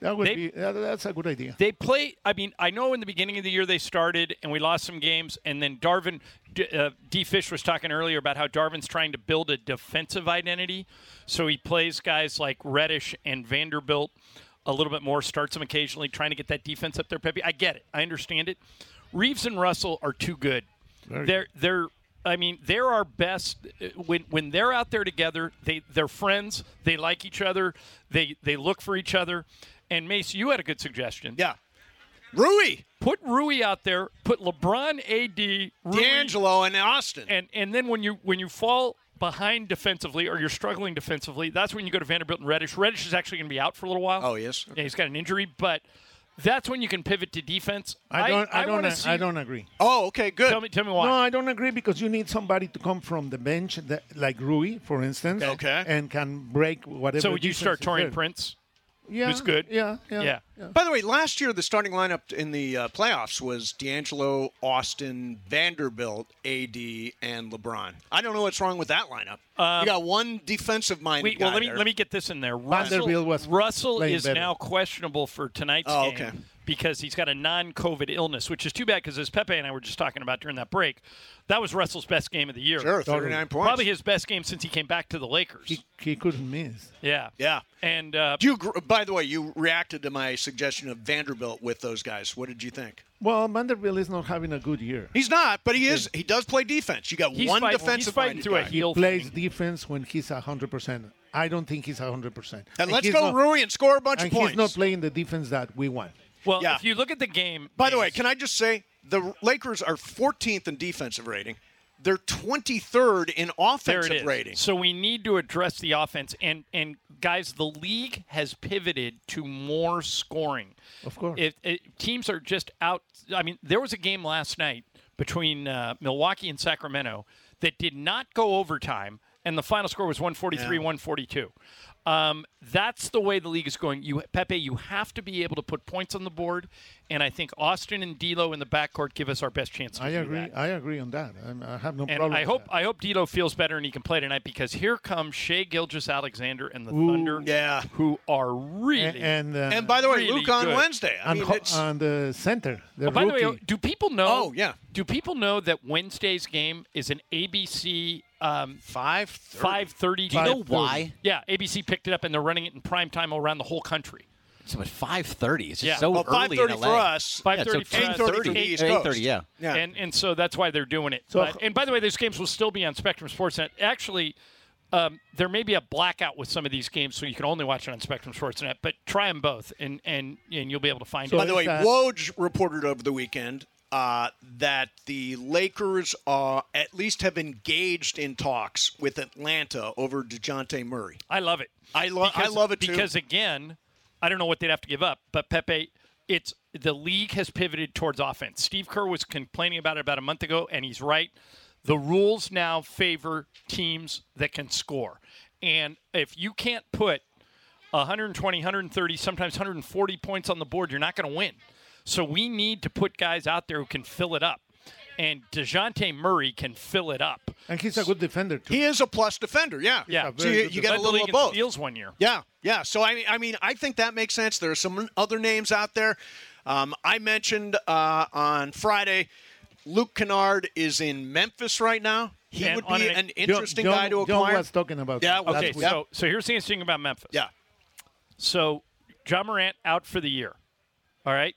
Speaker 4: That would
Speaker 2: They-
Speaker 4: be that, that's a good idea.
Speaker 2: They play. I mean, I know in the beginning of the year they started and we lost some games, and then Darvin D, uh, D. Fish was talking earlier about how Darvin's trying to build a defensive identity, so he plays guys like Reddish and Vanderbilt a little bit more, starts them occasionally, trying to get that defense up there. Pepe, I get it, I understand it. Reeves and Russell are too good. They're they're. I mean, they're our best uh, when when they're out there together. They they're friends. They like each other. They they look for each other. And Mace, you had a good suggestion
Speaker 1: Yeah. Rui,
Speaker 2: put Rui out there, put LeBron, AD, Rui,
Speaker 1: D'Angelo, and Austin.
Speaker 2: and and then when you when you fall behind defensively or you're struggling defensively, that's when you go to Vanderbilt and Reddish. Reddish is actually going to be out for a little while.
Speaker 1: Oh, he is?
Speaker 2: Yeah, he's got an injury, but that's when you can pivot to defense.
Speaker 4: I don't. I, don't.
Speaker 2: wanna
Speaker 4: a-
Speaker 2: see-
Speaker 4: I don't agree.
Speaker 1: oh, okay, good.
Speaker 2: Tell me, tell me why.
Speaker 4: No, I don't agree because you need somebody to come from the bench, that, like Rui, for instance,
Speaker 1: Okay.
Speaker 4: and can break whatever.
Speaker 2: so would you
Speaker 4: defense
Speaker 2: start
Speaker 4: is
Speaker 2: Torian
Speaker 4: there.
Speaker 2: Prince?
Speaker 4: Yeah,
Speaker 2: who's good?
Speaker 4: Yeah, yeah,
Speaker 2: Yeah.
Speaker 1: By the way, last year the starting lineup in the uh, playoffs was D'Angelo, Austin, Vanderbilt, AD, and LeBron. I don't know what's wrong with that lineup. you got one defensive minded
Speaker 2: Wait, Um, well, let me let me get this in there. Russell,
Speaker 4: Vanderbilt was
Speaker 2: Russell
Speaker 4: playing
Speaker 2: is
Speaker 4: better.
Speaker 2: now questionable for tonight's
Speaker 1: Oh,
Speaker 2: game
Speaker 1: okay.
Speaker 2: because he's got a non-COVID illness, which is too bad because as Pepe and I were just talking about during that break, that was Russell's best game of the year.
Speaker 1: Sure, 39 points.
Speaker 2: Probably his best game since he came back to the Lakers.
Speaker 4: He, he couldn't miss.
Speaker 2: yeah.
Speaker 1: Yeah.
Speaker 2: And uh,
Speaker 1: Do you, gr- by the way, you reacted to my suggestion of Vanderbilt with those guys. What did you think?
Speaker 4: Well, Vanderbilt is not having a good year.
Speaker 1: He's not, but he is. He does play defense. You got
Speaker 2: he's
Speaker 1: one
Speaker 2: fighting,
Speaker 1: defensive
Speaker 2: he's fighting
Speaker 1: minded
Speaker 2: through a
Speaker 1: guy.
Speaker 2: heel
Speaker 4: Plays
Speaker 2: thing.
Speaker 4: defense when he's hundred percent. I don't think he's hundred percent.
Speaker 1: And let's go Rui and score a bunch
Speaker 4: And
Speaker 1: of points.
Speaker 4: he's not playing the defense that we want.
Speaker 2: Well,
Speaker 1: Yeah.
Speaker 2: if you look at the game,
Speaker 1: By the way,
Speaker 2: Mace,
Speaker 1: can I just say the Lakers are 14th in defensive rating. They're 23rd in
Speaker 2: there it
Speaker 1: offensive
Speaker 2: is.
Speaker 1: rating.
Speaker 2: So we need to address the offense, and and guys, the league has pivoted to more scoring.
Speaker 4: Of course.
Speaker 2: if, if teams are just out. I mean, there was a game last night between uh, Milwaukee and Sacramento that did not go overtime, and the final score was 143 142. Um, that's the way the league is going. You, Pepe, you have to be able to put points on the board, and I think Austin and D'Lo in the backcourt give us our best chance. To
Speaker 4: I
Speaker 2: do
Speaker 4: agree.
Speaker 2: that.
Speaker 4: I agree on that. I'm, I have no
Speaker 2: And
Speaker 4: problem.
Speaker 2: I
Speaker 4: with
Speaker 2: hope
Speaker 4: that.
Speaker 2: I hope D'Lo feels better and he can play tonight because here comes Shea Gilgis Alexander and the Thunder,
Speaker 1: yeah.
Speaker 2: who are really.
Speaker 4: And and, uh,
Speaker 1: And by the way,
Speaker 2: Really
Speaker 1: Luke on
Speaker 2: good.
Speaker 1: Wednesday. I
Speaker 4: and
Speaker 1: mean,
Speaker 4: ho-
Speaker 1: it's,
Speaker 4: on the center, the
Speaker 2: Oh, by the way,
Speaker 4: rookie.
Speaker 2: do people know?
Speaker 1: Oh, yeah.
Speaker 2: Do people know that Wednesday's game is an ABC um,
Speaker 1: five
Speaker 2: five thirty?
Speaker 3: Do you know why?
Speaker 2: Yeah, ABC picked it up and they're running it in prime time around the whole country.
Speaker 3: It's about 5:30. It's just
Speaker 2: Yeah.
Speaker 3: so
Speaker 1: Well,
Speaker 3: early in
Speaker 1: 5:30 for
Speaker 3: LA.
Speaker 1: us.
Speaker 3: Yeah,
Speaker 2: 5:30
Speaker 3: so
Speaker 2: for us,
Speaker 3: 5:30.
Speaker 1: 8:30 for the East
Speaker 3: 8:30,
Speaker 1: Coast.
Speaker 3: yeah.
Speaker 1: Yeah.
Speaker 2: And and so that's why they're doing it.
Speaker 4: So-
Speaker 2: but, and by the way, these games will still be on Spectrum Sportsnet. Actually, um, there may be a blackout with some of these games, so you can only watch it on Spectrum Sportsnet. But try them both, and and and you'll be able to find
Speaker 4: So-
Speaker 1: By
Speaker 2: it.
Speaker 1: the way,
Speaker 4: that-
Speaker 1: Woj reported over the weekend uh, that the Lakers uh, at least have engaged in talks with Atlanta over DeJounte Murray.
Speaker 2: I love it.
Speaker 1: I love I
Speaker 2: Because-
Speaker 1: love it too.
Speaker 2: because again, I don't know what they'd have to give up, but Pepe, it's the league has pivoted towards offense. Steve Kerr was complaining about it about a month ago, and he's right. The rules now favor teams that can score, and if you can't put 120, 130, sometimes 140 points on the board, you're not going to win. So we need to put guys out there who can fill it up, and Dejounte Murray can fill it up.
Speaker 4: and he's a good defender too.
Speaker 1: he is a plus defender, yeah.
Speaker 2: Yeah.
Speaker 1: So you, you get a
Speaker 2: Led the
Speaker 1: little
Speaker 2: league
Speaker 1: of
Speaker 2: in
Speaker 1: both.
Speaker 2: steals one year.
Speaker 1: Yeah, yeah. So I mean, I mean, I think that makes sense. There are some other names out there. Um, I mentioned uh, on Friday, Luke Kennard is in Memphis right now. He
Speaker 2: And
Speaker 1: would
Speaker 2: on
Speaker 1: be
Speaker 2: an-
Speaker 1: an, interesting
Speaker 4: John,
Speaker 1: guy to
Speaker 4: John
Speaker 1: acquire.
Speaker 4: was talking about.
Speaker 1: Yeah,
Speaker 4: that
Speaker 1: well,
Speaker 4: last
Speaker 2: Okay,
Speaker 1: that's-
Speaker 4: week.
Speaker 2: so so here's the interesting thing about Memphis.
Speaker 1: yeah,
Speaker 2: So John Morant out for the year. All right.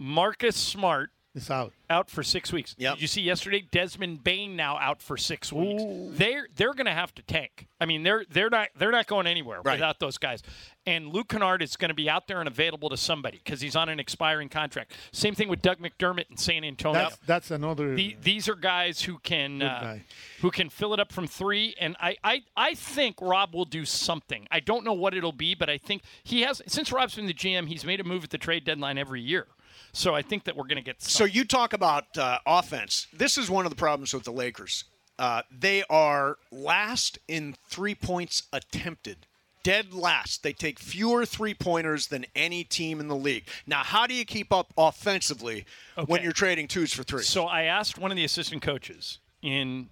Speaker 2: Marcus Smart
Speaker 4: it's out.
Speaker 2: out for six weeks.
Speaker 1: Yep.
Speaker 2: Did you see yesterday? Desmond Bain now out for six weeks. They're they're gonna have to tank. I mean, they're they're not they're not going anywhere
Speaker 1: Right.
Speaker 2: without those guys. And Luke Kennard is gonna be out there and available to somebody because he's on an expiring contract. Same thing with Doug McDermott in San Antonio.
Speaker 4: That's that's another.
Speaker 2: The- these are guys who can uh,
Speaker 4: guy.
Speaker 2: who can fill it up from three, and I, I I think Rob will do something. I don't know what it'll be, but I think he has. Since Rob's been the GM, he's made a move at the trade deadline every year, so I think that we're going to get.
Speaker 1: So
Speaker 2: Some.
Speaker 1: you talk about uh, offense. This is one of the problems with the Lakers. Uh, they are last in three points attempted. Dead last. They take fewer three pointers than any team in the league. Now, how do you keep up offensively when
Speaker 2: Okay.
Speaker 1: you're trading twos for threes?
Speaker 2: So I asked one of the assistant coaches in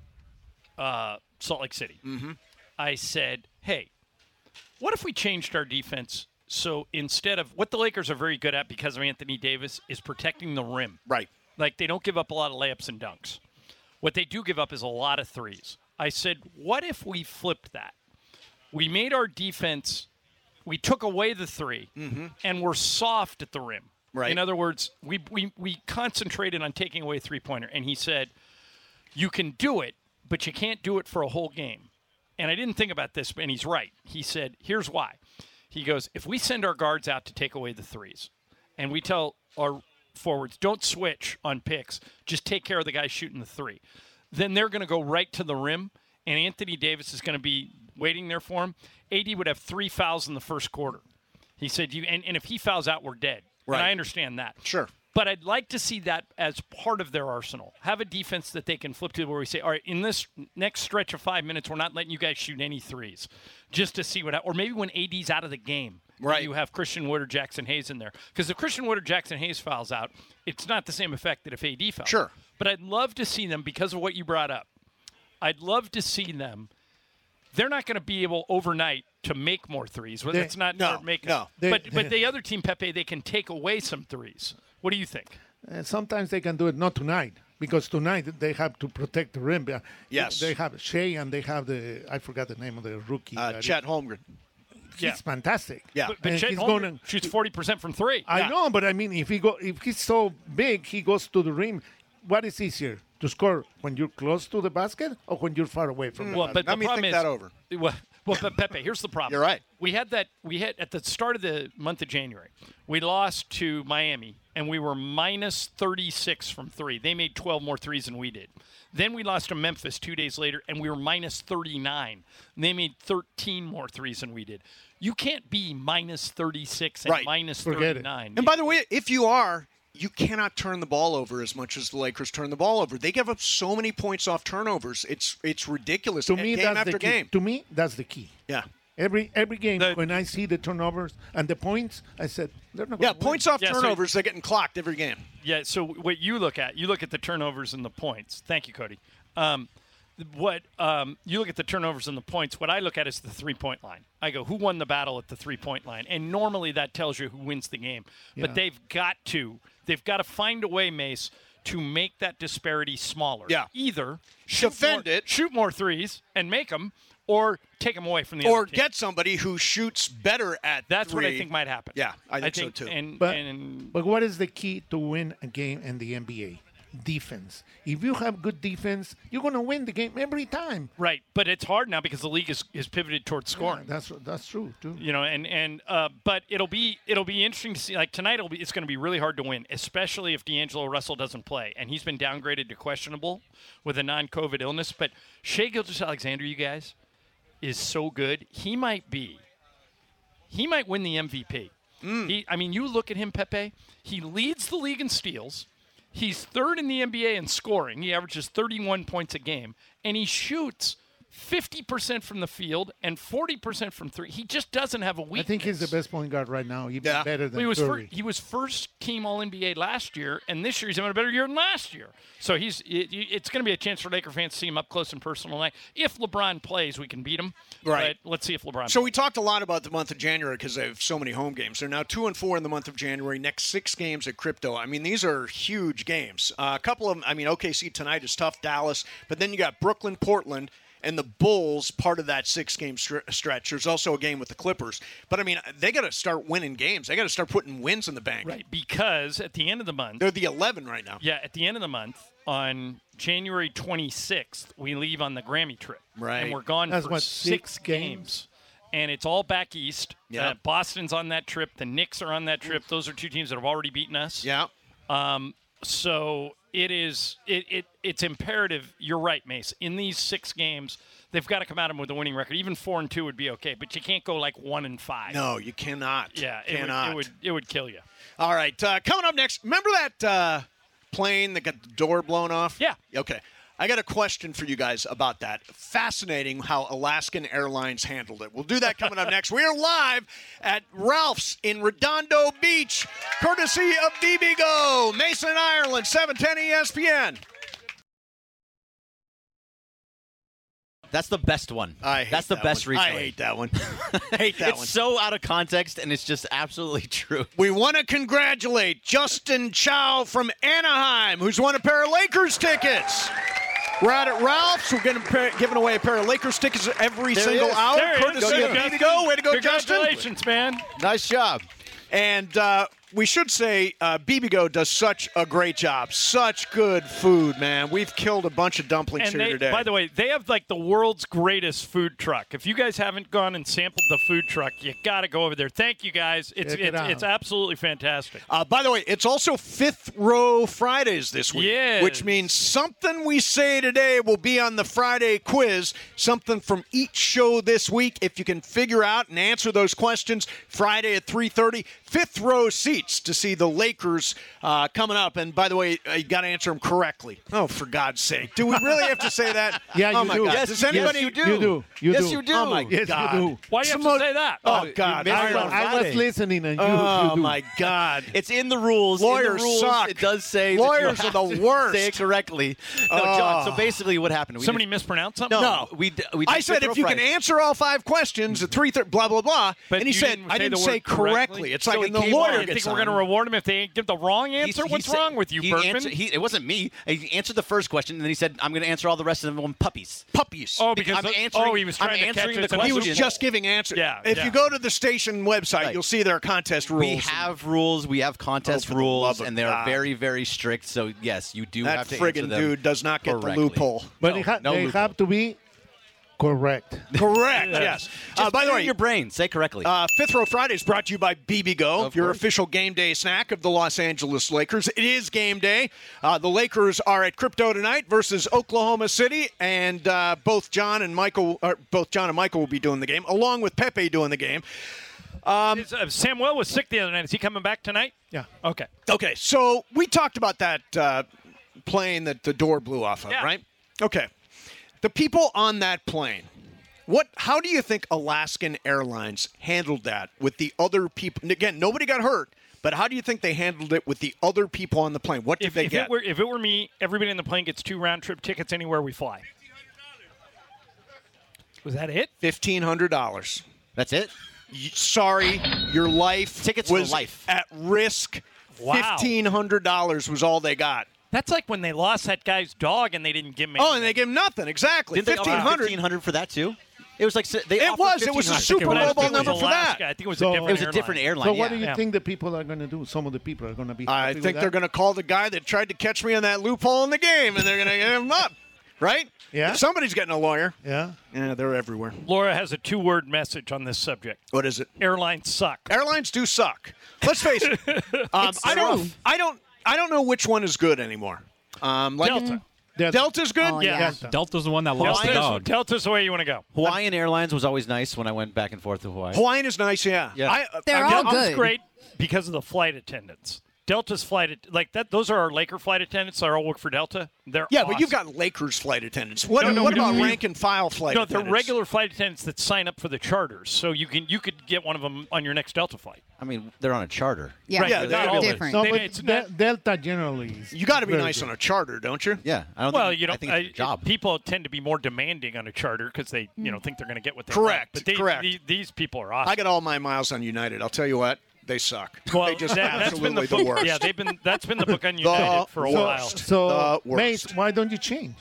Speaker 2: uh, Salt Lake City. I said, "Hey, What if we changed our defense so instead of what the Lakers are very good at because of Anthony Davis is protecting the rim.
Speaker 1: Right.
Speaker 2: Like they don't give up a lot of layups and dunks. What they do give up is a lot of threes. I said, what if we flipped that? We made our defense, we took away the 3 and we're soft at the rim.
Speaker 1: Right.
Speaker 2: In other words, we, we, we concentrated on taking away three pointer. And he said, you can do it, but you can't do it for a whole game. And I didn't think about this, and he's right. He said, here's why. He goes, if we send our guards out to take away the threes, and we tell our forwards, don't switch on picks, just take care of the guy shooting the three, then they're going to go right to the rim, and Anthony Davis is going to be waiting there for him. AD would have three fouls in the first quarter. He said, you, and, and if he fouls out, we're dead. Right. And I understand that.
Speaker 1: Sure.
Speaker 2: But I'd like to see that as part of their arsenal. Have a defense that they can flip to where we say, all right, in this next stretch of five minutes, we're not letting you guys shoot any threes just to see what, or maybe when AD's out of the game.
Speaker 1: Right.
Speaker 2: You have Christian Wood or Jackson Hayes in there. Because if Christian Wood or Jackson Hayes fouls out, it's not the same effect that if AD fouls.
Speaker 1: Sure.
Speaker 2: But I'd love to see them, because of what you brought up, I'd love to see them. They're not going to be able overnight to make more threes. Whether
Speaker 4: They-
Speaker 2: it's not
Speaker 1: no,
Speaker 2: or make
Speaker 1: no.
Speaker 4: They-
Speaker 2: but but the other team, Pepe, they can take away some threes. What do you think?
Speaker 4: Uh, sometimes they can do it not tonight because tonight they have to protect the rim. Uh,
Speaker 1: Yes.
Speaker 4: they have Shea and they have the I forgot the name of the rookie.
Speaker 1: Uh,
Speaker 4: that
Speaker 1: Chet Holmgren.
Speaker 4: is-
Speaker 2: yeah.
Speaker 4: he's fantastic.
Speaker 1: Yeah.
Speaker 2: But, but
Speaker 4: And
Speaker 2: Chet
Speaker 4: he's
Speaker 2: Holmgren
Speaker 4: gonna-
Speaker 2: shoots forty percent from three.
Speaker 4: I
Speaker 2: Yeah.
Speaker 4: know, but I mean, if he go, if he's so big, he goes to the rim. What is easier to score when you're close to the basket or when you're far away from the
Speaker 2: Well,
Speaker 4: basket?
Speaker 2: but
Speaker 1: Let
Speaker 2: the
Speaker 1: me
Speaker 2: problem
Speaker 1: think
Speaker 2: is,
Speaker 1: that over.
Speaker 2: Well, well, but Pepe, here's the problem.
Speaker 1: You're right.
Speaker 2: We had that. We had at the start of the month of January, we lost to Miami, and we were minus 36 from three. They made 12 more threes than we did. Then we lost to Memphis two days later, and we were minus 39. And they made 13 more threes than we did. You can't be minus 36 and
Speaker 1: Right.
Speaker 2: minus
Speaker 4: Forget it.
Speaker 2: 39.
Speaker 1: And by the way, if you are, you cannot turn the ball over as much as the Lakers turn the ball over. They give up so many points off turnovers. It's it's ridiculous.
Speaker 4: to me,
Speaker 1: game
Speaker 4: that's
Speaker 1: after
Speaker 4: the key.
Speaker 1: game.
Speaker 4: To me, that's the key.
Speaker 1: Yeah.
Speaker 4: Every every game,
Speaker 2: The-
Speaker 4: when I see the turnovers and the points, I said they're not.
Speaker 1: Yeah,
Speaker 4: gonna win.
Speaker 1: points off
Speaker 2: Yeah, so-
Speaker 1: turnovers, they're getting clocked every game.
Speaker 2: Yeah. So what you look at, you look at the turnovers and the points. Thank you, Cody. Um, what um, you look at the turnovers and the points. What I look at is the three point line. I go, who won the battle at the three point line? And normally that tells you who wins the game. But they've got to, they've got to find a way, Mace, to make that disparity smaller.
Speaker 1: Yeah.
Speaker 2: Either shoot
Speaker 1: Defend
Speaker 2: more,
Speaker 1: it.
Speaker 2: shoot more threes and make them, or take them away from the
Speaker 1: Or
Speaker 2: other team.
Speaker 1: get somebody who shoots better at
Speaker 2: That's what I
Speaker 1: three.
Speaker 2: think might happen.
Speaker 1: Yeah, I think so too.
Speaker 2: And,
Speaker 4: But,
Speaker 2: and
Speaker 4: but what is the key to win a game in the NBA? Defense. If you have good defense, you're going to win the game every time.
Speaker 2: right, but it's hard now because the league is, is pivoted towards scoring.
Speaker 4: That's that's true too.
Speaker 8: Mm-hmm.
Speaker 2: you know and and uh, but it'll be it'll be interesting to see like tonight it'll be it's going to be really hard to win especially if d'angelo russell doesn't play and he's been downgraded to questionable with a non-covid illness but shea gilgis alexander you guys is so good he might be he might win the mvp he, i mean you look at him pepe he leads the league in steals he's third in the nba in scoring he averages 31 points a game and he shoots 50% from the field and 40% from three. He just doesn't have a
Speaker 4: I
Speaker 2: weakness.
Speaker 4: think he's the best point guard right now. Even
Speaker 1: Yeah.
Speaker 4: better than
Speaker 2: Well, he was
Speaker 4: Curry.
Speaker 2: first, he was first team All NBA last year, and this year he's having a better year than last year. So he's it, it's going to be a chance for Laker fans to see him up close and personal tonight. If LeBron plays, we can beat him.
Speaker 1: Right.
Speaker 2: But let's see if LeBron.
Speaker 1: So we talked a lot about the month of January because they have so many home games. They're now two and four in the month of January. Next six games at Crypto. I mean, these are huge games. Uh, a couple of them. I mean, OKC tonight is tough. Dallas, but then you got Brooklyn, Portland. And the Bulls, part of that six-game str- stretch. There's also a game with the Clippers, but I mean, they got to start winning games. They got to start putting wins in the bank.
Speaker 2: right because at the end of the month,
Speaker 1: They're the 11 right now.
Speaker 2: yeah, at the end of the month on January 26th, we leave on the Grammy trip.
Speaker 1: Right.
Speaker 2: And we're gone
Speaker 4: That's
Speaker 2: for
Speaker 4: what,
Speaker 2: six,
Speaker 4: six
Speaker 2: games.
Speaker 4: games?
Speaker 2: And it's all back east.
Speaker 1: Yeah.
Speaker 2: Uh, Boston's on that trip. The Knicks are on that trip. Those are two teams that have already beaten us.
Speaker 1: Yeah.
Speaker 2: Um, so it is it, it it's imperative. You're right, Mace. In these six games, they've got to come at them with a winning record. Even four and two would be okay, but you can't go like one and five.
Speaker 1: No, you cannot.
Speaker 2: Yeah, it would,
Speaker 1: cannot.
Speaker 2: it would it would kill you.
Speaker 1: All right, uh, coming up next. Remember that uh, plane that got the door blown off?
Speaker 2: Yeah.
Speaker 1: Okay. I got a question for you guys about that. Fascinating how Alaskan Airlines handled it. We'll do that coming up next. We are live at Ralph's in Redondo Beach, courtesy of DBGO, Mason, E Ireland, 710 ESPN.
Speaker 3: That's the best one.
Speaker 1: I hate
Speaker 3: That's the
Speaker 1: that
Speaker 3: best
Speaker 1: one.
Speaker 3: replay.
Speaker 1: I hate that one. hate that
Speaker 3: it's
Speaker 1: one.
Speaker 3: so out of context, and it's just absolutely true.
Speaker 1: we want to congratulate Justin Chow from Anaheim, who's won a pair of Lakers tickets. We're out at Ralph's. We're gonna pair, giving away a pair of Lakers tickets every single hour.
Speaker 2: There it is.
Speaker 1: Courtesy
Speaker 2: Go,
Speaker 1: of
Speaker 2: Justin.
Speaker 1: Oh, Way to go, way to go, Justin.
Speaker 2: Congratulations, man.
Speaker 3: Nice job.
Speaker 1: And uh, we should say uh, Bibigo does such a great job. Such good food, man. We've killed a bunch of dumplings
Speaker 2: And
Speaker 1: here
Speaker 2: they,
Speaker 1: today.
Speaker 2: by the way, they have like the world's greatest food truck. If you guys haven't gone and sampled the food truck, you got to go over there. Thank you guys. It's
Speaker 4: Check it
Speaker 2: it's,
Speaker 4: out.
Speaker 2: it's absolutely fantastic.
Speaker 1: Uh, by the way, it's also fifth row Fridays this week,
Speaker 2: Yes.
Speaker 1: which means something we say today will be on the Friday quiz. Something from each show this week. If you can figure out and answer those questions, Friday at 3:30, fifth row seats to see the Lakers uh, coming up. And by the way, uh, you got to answer them correctly. Oh, for God's sake, do we really have to say that?
Speaker 4: Yeah,
Speaker 1: oh
Speaker 4: you
Speaker 1: my
Speaker 4: do.
Speaker 1: God.
Speaker 4: Yes,
Speaker 1: Does anybody
Speaker 4: yes, you do. You do. You
Speaker 1: yes,
Speaker 4: do.
Speaker 1: you do.
Speaker 4: Oh, my Yes, you
Speaker 1: God.
Speaker 4: do.
Speaker 2: Why do you have to
Speaker 1: Samo-
Speaker 2: say that?
Speaker 1: Oh God,
Speaker 4: I,
Speaker 1: Iron
Speaker 4: was- I was
Speaker 1: Friday.
Speaker 4: listening, and you,
Speaker 1: Oh
Speaker 4: you do.
Speaker 1: my God.
Speaker 3: It's in the rules. in the
Speaker 1: Lawyers
Speaker 3: rules,
Speaker 1: suck.
Speaker 3: It does say that you
Speaker 1: Lawyers
Speaker 3: have
Speaker 1: are the
Speaker 3: to
Speaker 1: worst. Ah.
Speaker 3: Say it correctly. No, John. So basically, what happened? We
Speaker 2: Somebody
Speaker 3: did-
Speaker 2: mispronounced something?
Speaker 3: no, we d- we.
Speaker 1: I
Speaker 3: did
Speaker 1: said
Speaker 3: Fifth Row
Speaker 1: if you can
Speaker 3: Friday.
Speaker 1: answer all five questions at three thirty, blah blah blah.
Speaker 2: But
Speaker 1: and he
Speaker 2: you
Speaker 1: said
Speaker 2: didn't
Speaker 1: I
Speaker 2: say
Speaker 1: didn't
Speaker 2: the
Speaker 1: say
Speaker 2: word
Speaker 1: correctly.
Speaker 2: correctly.
Speaker 1: It's
Speaker 3: So
Speaker 1: like
Speaker 3: he
Speaker 1: when the
Speaker 3: came
Speaker 1: lawyer
Speaker 3: on.
Speaker 2: I
Speaker 1: gets
Speaker 2: think we're going to
Speaker 1: on.
Speaker 2: reward him if they give the wrong
Speaker 3: He-
Speaker 2: answer.
Speaker 3: he
Speaker 2: What's
Speaker 3: said-
Speaker 2: wrong with you,
Speaker 3: he
Speaker 2: Berkman?
Speaker 3: answered- he- it wasn't me. He answered the first question, and then he said, "I'm going to answer all the rest of them puppies."
Speaker 1: puppies.
Speaker 2: Oh, because
Speaker 3: I'm
Speaker 2: the-
Speaker 3: answering.
Speaker 2: oh, he was
Speaker 3: I'm
Speaker 2: trying to catch
Speaker 3: answering
Speaker 2: us
Speaker 3: the
Speaker 2: in a
Speaker 1: he
Speaker 3: question.
Speaker 1: was
Speaker 2: question.
Speaker 1: just giving answers.
Speaker 2: Yeah,
Speaker 1: If
Speaker 2: yeah.
Speaker 1: you go to the station website,
Speaker 3: Right.
Speaker 1: you'll see their contest rules. Oh,
Speaker 3: we have rules. We have contest
Speaker 1: for the love
Speaker 3: rules,
Speaker 1: of
Speaker 3: and they're
Speaker 1: God.
Speaker 3: very, very strict. So yes, you do
Speaker 1: that
Speaker 3: have to answer
Speaker 1: friggin'
Speaker 3: them
Speaker 1: dude does not get the
Speaker 3: correctly.
Speaker 1: loophole.
Speaker 4: But
Speaker 3: No,
Speaker 4: it ha-
Speaker 3: no
Speaker 4: they
Speaker 3: loophole.
Speaker 4: have to be correct.
Speaker 1: Correct. yes. Uh,
Speaker 3: Just
Speaker 1: by the
Speaker 3: clear
Speaker 1: way,
Speaker 3: your brain. Say correctly.
Speaker 1: Uh, Fifth Row Friday is brought to you by BB Go, your official game day snack of the Los Angeles Lakers. It is game day. Uh, the Lakers are at Crypto tonight versus Oklahoma City, and uh, both John and Michael, or both John and Michael will be doing the game, along with Pepe doing the game.
Speaker 2: Is, uh, Samuel was sick the other night. Is he coming back tonight?
Speaker 4: Yeah.
Speaker 2: Okay.
Speaker 1: Okay, so we talked about that uh, plane that the door blew off of,
Speaker 2: Yeah.
Speaker 1: right? Okay, the people on that plane. What? How do you think Alaskan Airlines handled that with the other people? And again, nobody got hurt, but how do you think they handled it with the other people on the plane? What did
Speaker 2: If,
Speaker 1: they
Speaker 2: if
Speaker 1: get?
Speaker 2: it were if it were me, everybody in the plane gets two round trip tickets anywhere we fly. Was that it?
Speaker 1: Fifteen hundred dollars.
Speaker 3: That's it.
Speaker 1: Sorry, your life
Speaker 3: Tickets for
Speaker 1: was
Speaker 3: life.
Speaker 1: at risk.
Speaker 2: Wow.
Speaker 1: Fifteen hundred dollars was all they got.
Speaker 2: That's like when they lost that guy's dog and they didn't give me.
Speaker 1: Oh, and they gave him nothing. Exactly.
Speaker 3: Didn't they offer
Speaker 1: Fifteen hundred.
Speaker 3: 1500 for that too? It was like si- they
Speaker 1: It
Speaker 3: offered
Speaker 1: was. It was a
Speaker 3: 1500.
Speaker 1: Super
Speaker 2: But I
Speaker 1: Bowl
Speaker 2: think it was
Speaker 1: number for that.
Speaker 2: Alaska. I think it was
Speaker 4: So-
Speaker 2: a
Speaker 4: It
Speaker 2: different.
Speaker 3: It was a different airline.
Speaker 4: So what do
Speaker 3: yeah.
Speaker 4: you
Speaker 2: Yeah.
Speaker 4: think the people are going to do? Some of the people are going to be.
Speaker 1: I
Speaker 4: happy with
Speaker 1: think they're
Speaker 4: that?
Speaker 1: going to call the guy that tried to catch me on that loophole in the game, and they're going to get him up, right?
Speaker 4: Yeah.
Speaker 1: Somebody's getting a lawyer.
Speaker 4: Yeah.
Speaker 1: Yeah, they're everywhere.
Speaker 2: Laura has a two-word message on this subject.
Speaker 1: What is it?
Speaker 2: Airlines suck.
Speaker 1: Airlines do suck. Let's face it. Um, I don't. I don't. I don't know which one is good anymore. Um, like
Speaker 2: Delta.
Speaker 4: They're-
Speaker 1: Delta's good.
Speaker 8: Oh,
Speaker 2: Yeah.
Speaker 8: yeah. Delta's the one that lost the
Speaker 2: Delta's,
Speaker 8: dog.
Speaker 2: Delta's the way you want to go.
Speaker 3: Hawaiian Airlines was always nice when I went back and forth to Hawaii.
Speaker 1: Hawaiian is nice. Yeah.
Speaker 3: Yeah.
Speaker 1: I,
Speaker 8: They're
Speaker 1: I,
Speaker 8: all
Speaker 1: I'm-
Speaker 8: good.
Speaker 2: It's great because of the flight attendants. Delta's flight, at, like that, those are our Laker flight attendants. They all work for Delta. They're
Speaker 1: Yeah, but you've
Speaker 2: awesome.
Speaker 1: got Lakers flight attendants. What,
Speaker 2: No, no,
Speaker 1: what
Speaker 2: we don't.
Speaker 1: about rank and file flight
Speaker 2: no, they're
Speaker 1: attendants?
Speaker 2: regular flight attendants that sign up for the charters. So you can you could get one of them on your next Delta flight.
Speaker 3: I mean, they're on a charter.
Speaker 8: Yeah,
Speaker 2: Right,
Speaker 1: yeah,
Speaker 8: it's
Speaker 1: they're
Speaker 2: all
Speaker 8: different.
Speaker 4: No,
Speaker 2: They-
Speaker 4: but
Speaker 2: it's
Speaker 4: De-
Speaker 2: not-
Speaker 4: Delta generally. is
Speaker 1: You got to be
Speaker 4: very
Speaker 1: nice
Speaker 4: good.
Speaker 1: on a charter, don't you?
Speaker 3: Yeah, I don't.
Speaker 2: Well,
Speaker 3: think,
Speaker 2: you don't.
Speaker 3: I think it's
Speaker 2: I-
Speaker 3: their job.
Speaker 2: People tend to be more demanding on a charter because they, you
Speaker 8: Hmm.
Speaker 2: know, think they're going to get what they
Speaker 1: Correct,
Speaker 2: want. But they,
Speaker 1: correct.
Speaker 2: the- these people are awesome.
Speaker 1: I got all my miles on United. I'll tell you what, they suck.
Speaker 2: well,
Speaker 1: they just
Speaker 2: that, has been the,
Speaker 1: absolutely
Speaker 2: book,
Speaker 1: worst.
Speaker 2: Yeah, they've been. That's been the book on United for a while.
Speaker 1: worst.
Speaker 4: So,
Speaker 1: The worst.
Speaker 4: mate, why don't you change?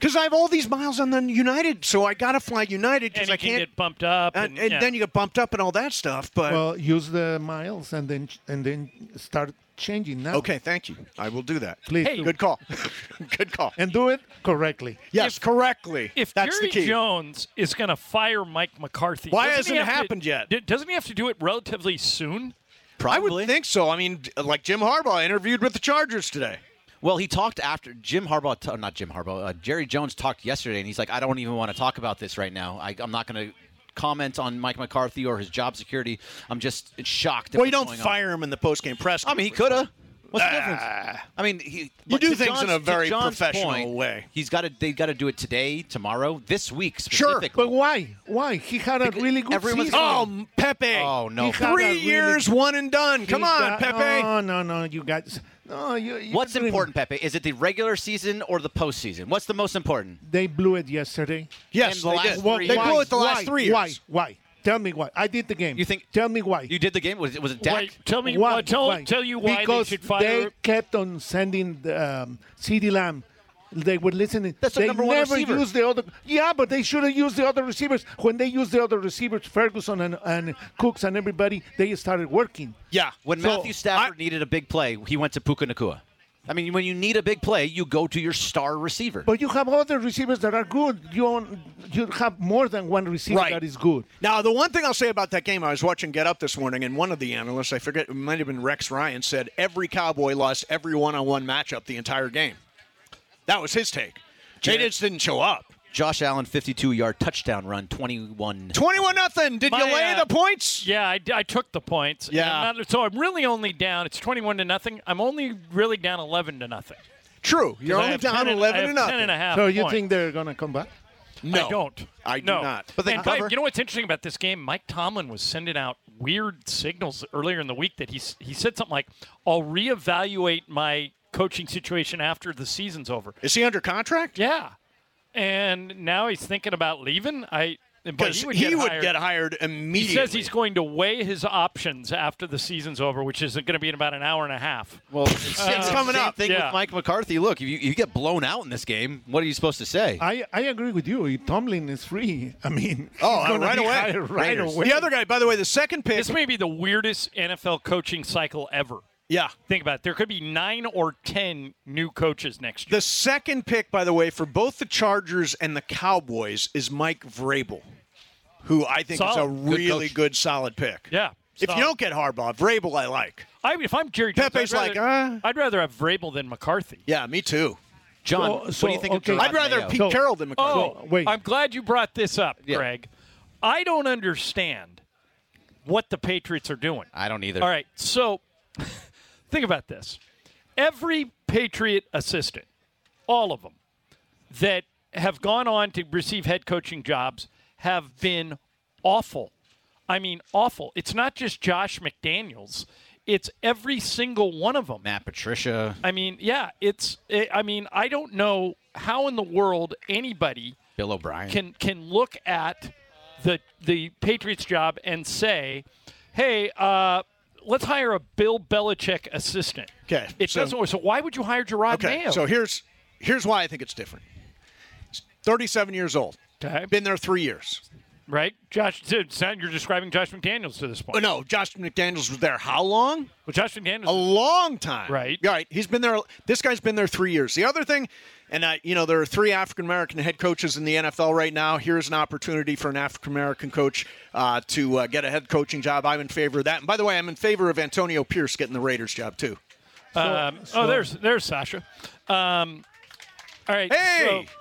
Speaker 1: Because I have all these miles on the United, so I gotta fly United
Speaker 2: And
Speaker 1: because I
Speaker 2: you can
Speaker 1: can't.
Speaker 2: get bumped up, and,
Speaker 1: and and
Speaker 2: yeah.
Speaker 1: then you get bumped up and all that stuff. But
Speaker 4: Well, use the miles and then and then start changing now.
Speaker 1: okay, thank you. I will do that.
Speaker 4: Please Hey. do.
Speaker 1: good call. good call.
Speaker 4: And do it correctly.
Speaker 1: yes, correctly.
Speaker 2: if
Speaker 1: that's
Speaker 2: Jerry
Speaker 1: the key.
Speaker 2: Jones is going to fire Mike McCarthy,
Speaker 1: Why
Speaker 2: doesn't
Speaker 1: hasn't
Speaker 2: he
Speaker 1: it
Speaker 2: have to-
Speaker 1: happened yet?
Speaker 2: d- Doesn't he have to do it relatively soon?
Speaker 1: I
Speaker 3: Probably.
Speaker 1: would think so. I mean, like Jim Harbaugh interviewed with the Chargers today.
Speaker 3: Well, he talked after Jim Harbaugh, t- not Jim Harbaugh, uh, Jerry Jones talked yesterday, and he's like, I don't even want to talk about this right now. I, I'm not going to comment on Mike McCarthy or his job security. I'm just shocked. At
Speaker 1: Well, you
Speaker 3: what's
Speaker 1: don't Ah.
Speaker 3: going on."
Speaker 1: fire him in the postgame press.
Speaker 3: I mean, he could have. What's the difference? I mean, he,
Speaker 1: You
Speaker 3: but
Speaker 1: do
Speaker 3: to
Speaker 1: things in
Speaker 3: John's-
Speaker 1: a
Speaker 3: to
Speaker 1: very
Speaker 3: John's
Speaker 1: professional
Speaker 3: point,
Speaker 1: way.
Speaker 3: He's got to. They got to do it today, tomorrow, this week
Speaker 1: Sure,
Speaker 3: specifically.
Speaker 4: But why? Why? He had a really good
Speaker 3: everyone's-
Speaker 4: season.
Speaker 1: Oh, m- Pepe.
Speaker 3: Oh, no. He's
Speaker 4: got a
Speaker 1: Three
Speaker 4: really-
Speaker 1: years, one and done.
Speaker 4: He
Speaker 1: Come on,
Speaker 4: got-
Speaker 1: Pepe.
Speaker 8: uh,
Speaker 4: No, no, no. You guys. No, you. you
Speaker 3: What's
Speaker 4: don't even-
Speaker 3: important, Pepe? Is it the regular season or the postseason? What's the most important?
Speaker 4: They blew it yesterday.
Speaker 1: yes,
Speaker 3: And
Speaker 1: they
Speaker 3: the last
Speaker 1: did.
Speaker 3: three
Speaker 1: They
Speaker 3: years.
Speaker 1: blew it the last
Speaker 4: why,
Speaker 1: three years.
Speaker 4: Why? Why? Tell me why. I did the game.
Speaker 3: You think-
Speaker 4: Tell me why.
Speaker 3: You did the game. Was it was it Dak?
Speaker 2: Wait, tell me
Speaker 4: why?
Speaker 2: why, tell,
Speaker 4: why?
Speaker 2: tell you why
Speaker 4: because
Speaker 2: they should fire.
Speaker 4: they kept on sending the, um, CD Lamb. They were listening.
Speaker 3: That's the
Speaker 4: they
Speaker 3: number one
Speaker 4: never
Speaker 3: receiver.
Speaker 4: used the other. Yeah, but they should have used the other receivers. When they used the other receivers, Ferguson and, and Cooks and everybody, they started working.
Speaker 1: Yeah.
Speaker 3: When
Speaker 1: So,
Speaker 3: Matthew Stafford
Speaker 1: I-
Speaker 3: needed a big play, he went to Puka Nakua. I mean, when you need a big play, you go to your star receiver.
Speaker 4: But you have other receivers that are good. You on, you have more than one receiver
Speaker 1: Right.
Speaker 4: that is good.
Speaker 1: Now, the one thing I'll say about that game, I was watching Get Up this morning, and one of the analysts, I forget, it might have been Rex Ryan, said every Cowboy lost every one on one matchup the entire game. That was his take. They just didn't show up.
Speaker 3: Josh Allen, 52-yard touchdown run, 21.
Speaker 1: 21 nothing. Did
Speaker 2: My,
Speaker 1: you lay
Speaker 2: uh,
Speaker 1: the points?
Speaker 2: Yeah, I, I took the points. and
Speaker 1: Yeah.
Speaker 2: I'm not- so I'm really only down. It's 21 to nothing. I'm only really down 11 to nothing.
Speaker 1: True. You're
Speaker 2: I
Speaker 1: only
Speaker 2: have
Speaker 1: down
Speaker 2: 10 and-
Speaker 1: 11
Speaker 2: I
Speaker 1: to
Speaker 2: have 10
Speaker 1: nothing.
Speaker 2: and a half
Speaker 4: So you
Speaker 2: points.
Speaker 4: think they're gonna come back?
Speaker 1: No.
Speaker 2: I don't.
Speaker 1: I do
Speaker 2: No.
Speaker 1: not.
Speaker 3: But they
Speaker 2: and Mike,
Speaker 3: cover.
Speaker 2: you know what's interesting about this game? Mike Tomlin was sending out weird signals earlier in the week that he s- he said something like, "I'll reevaluate my coaching situation after the season's over."
Speaker 1: Is he under contract?
Speaker 2: Yeah, and now he's thinking about leaving. I but
Speaker 1: Because
Speaker 2: he
Speaker 1: he
Speaker 2: would
Speaker 1: would,
Speaker 2: get hired.
Speaker 1: immediately.
Speaker 2: he says he's going to weigh his options after the season's over, which is going to be in about an hour and a half.
Speaker 3: Well, it's
Speaker 1: It's coming
Speaker 3: same
Speaker 1: up.
Speaker 3: Thing
Speaker 2: Yeah.
Speaker 3: with Mike McCarthy. Look, if you, you get blown out in this game, what are you supposed to say?
Speaker 4: I, I agree with you. Tomlin is free. I mean,
Speaker 1: Oh,
Speaker 4: he's
Speaker 1: uh,
Speaker 4: gonna
Speaker 1: right
Speaker 4: be
Speaker 1: away.
Speaker 4: hired Right
Speaker 1: Raiders.
Speaker 4: away.
Speaker 1: The other guy, by the way, the second pick.
Speaker 2: This may be the weirdest NFL coaching cycle ever.
Speaker 1: yeah.
Speaker 2: Think about it. There could be nine or ten new coaches next year.
Speaker 1: The second pick, by the way, for both the Chargers and the Cowboys is Mike Vrabel, who I think is a
Speaker 2: Solid. Good
Speaker 1: really
Speaker 3: coach.
Speaker 1: good, solid pick.
Speaker 2: yeah.
Speaker 1: If
Speaker 2: so-
Speaker 1: you don't get Harbaugh, Vrabel I like.
Speaker 2: I mean, if I'm Jerry Jones,
Speaker 1: Pepe's
Speaker 2: I'd rather,
Speaker 1: like, uh.
Speaker 2: I'd rather have Vrabel than McCarthy.
Speaker 1: Yeah, me too.
Speaker 3: John,
Speaker 4: so-
Speaker 3: what do you
Speaker 4: so,
Speaker 3: think
Speaker 4: okay.
Speaker 3: of Gerard
Speaker 1: I'd rather
Speaker 3: Mayo?
Speaker 1: Pete
Speaker 4: So-
Speaker 1: Carroll than McCarthy.
Speaker 2: Oh,
Speaker 4: wait.
Speaker 2: I'm glad you brought this up,
Speaker 3: Yeah.
Speaker 2: Greg. I don't understand what the Patriots are doing.
Speaker 3: I don't either.
Speaker 2: All right, so think about this. Every Patriot assistant, all of them, that have gone on to receive head coaching jobs have been awful. I mean, awful. It's not just Josh McDaniels, it's every single one of them.
Speaker 3: Matt Patricia.
Speaker 2: I mean, yeah, it's. It, I mean, I don't know how in the world anybody
Speaker 3: Bill O'Brien.
Speaker 2: can can look at the the Patriots job and say, "Hey, uh, let's hire a Bill Belichick assistant."
Speaker 1: 'Kay,
Speaker 2: it
Speaker 1: so-
Speaker 2: doesn't. So why would you hire Gerard
Speaker 1: Okay,
Speaker 2: Mayo?
Speaker 1: so here's here's why I think it's different. He's 37 years old.
Speaker 2: Okay.
Speaker 1: Been there three years.
Speaker 2: right, Josh. so it's not- You're describing Josh McDaniels to this
Speaker 1: Oh,
Speaker 2: point.
Speaker 1: no, Josh McDaniels was there how long?
Speaker 2: Well, Josh
Speaker 1: a
Speaker 2: McDaniels.
Speaker 1: long time.
Speaker 2: Right.
Speaker 1: Right. He's been there. This guy's been there three years. The other thing, and I, you know, there are three African American head coaches in the NFL right now. Here's an opportunity for an African American coach uh, to uh, get a head coaching job. I'm in favor of that. And by the way, I'm in favor of Antonio Pierce getting the Raiders job too.
Speaker 2: um, Oh, there's there's Sasha. Um, all right.
Speaker 1: Hey.
Speaker 2: so-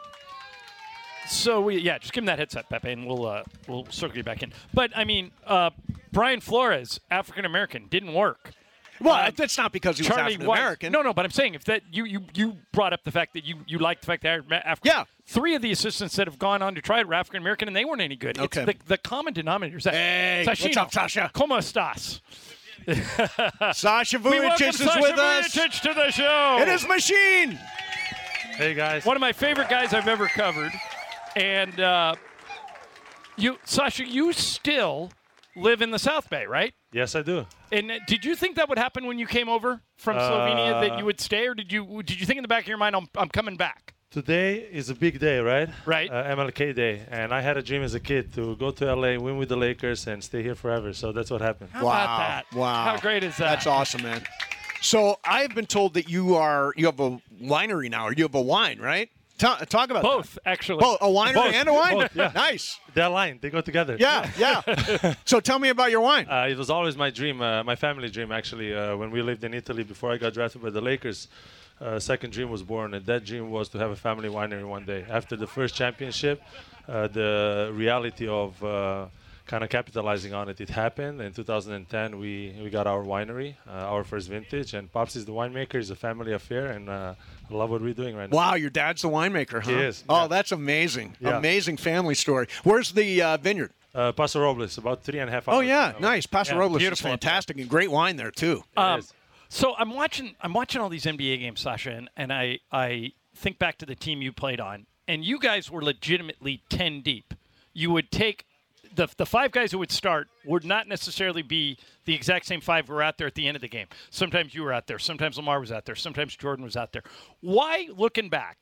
Speaker 2: So we yeah, just give him that headset, Pepe, and we'll uh, we'll circle you back in. But I mean, uh, Brian Flores, African American, didn't work.
Speaker 1: well,
Speaker 2: um,
Speaker 1: Uh, that's not because he was
Speaker 2: Charlie
Speaker 1: African
Speaker 2: White.
Speaker 1: American.
Speaker 2: No, no, but I'm saying if that you you you brought up the fact that you you liked the fact that African.
Speaker 1: Yeah.
Speaker 2: Three of the assistants that have gone on to try it were African American, and they weren't any good.
Speaker 1: Okay.
Speaker 2: It's the, the common denominator is that.
Speaker 1: Hey, what's
Speaker 2: Sashino,
Speaker 1: up, Sasha?
Speaker 2: Como estas?
Speaker 1: Sasha
Speaker 2: We welcome
Speaker 1: Vujacic is
Speaker 2: Sasha
Speaker 1: with us.
Speaker 2: Vujacic to the show.
Speaker 1: It is machine.
Speaker 8: Hey guys.
Speaker 2: one of my favorite guys I've ever covered, and uh, you, Sasha, you still live in the South Bay, right?
Speaker 8: Yes, I do.
Speaker 2: And uh, did you think that would happen when you came over
Speaker 1: Uh,
Speaker 2: from Slovenia that you would stay, or did you did you think in the back of your mind I'm, I'm coming back?
Speaker 8: Today is a big day, right?
Speaker 2: Right.
Speaker 8: Uh, MLK Day, and I had a dream as a kid to go to LA, win with the Lakers, and stay here forever. So that's what happened.
Speaker 2: How about that?
Speaker 1: Wow.
Speaker 2: How great is that?
Speaker 1: That's awesome, man. So I've been told that you are you have a winery now, or you have a wine, right? Ta- talk about that.
Speaker 2: Both actually.
Speaker 1: Both a winery
Speaker 8: Both.
Speaker 1: and a wine.
Speaker 8: Both, yeah.
Speaker 1: Nice.
Speaker 8: They're aligned. They go together.
Speaker 1: Yeah, yeah. so tell me about your wine.
Speaker 8: Uh, it was always my dream, uh, my family dream actually. Uh, when we lived in Italy before I got drafted by the Lakers, uh, second dream was born, and that dream was to have a family winery one day. After the first championship, uh, the reality of uh, kind of capitalizing on it. It happened in 2010. We we got our winery, uh, our first vintage, and Pops is the winemaker. It's a family affair, and uh, I love what we're doing right now.
Speaker 1: Wow, your dad's the winemaker, huh?
Speaker 8: He is,
Speaker 1: Oh,
Speaker 8: yeah.
Speaker 1: that's amazing.
Speaker 8: Yeah.
Speaker 1: Amazing family story. Where's the uh, vineyard?
Speaker 8: Uh, Paso Robles, about three and a half hours.
Speaker 1: Oh, yeah.
Speaker 8: away.
Speaker 1: Nice. Paso
Speaker 8: Yeah,
Speaker 1: Robles is
Speaker 8: beautiful up there.
Speaker 1: fantastic and great wine there, too.
Speaker 2: Um,
Speaker 8: is.
Speaker 2: so I'm watching I'm watching all these NBA games, Sasha, and, and I I think back to the team you played on, and you guys were legitimately ten deep. You would take the the five guys who would start would not necessarily be the exact same five who were out there at the end of the game. Sometimes you were out there, sometimes Lamar was out there, sometimes Jordan was out there. Why, looking back,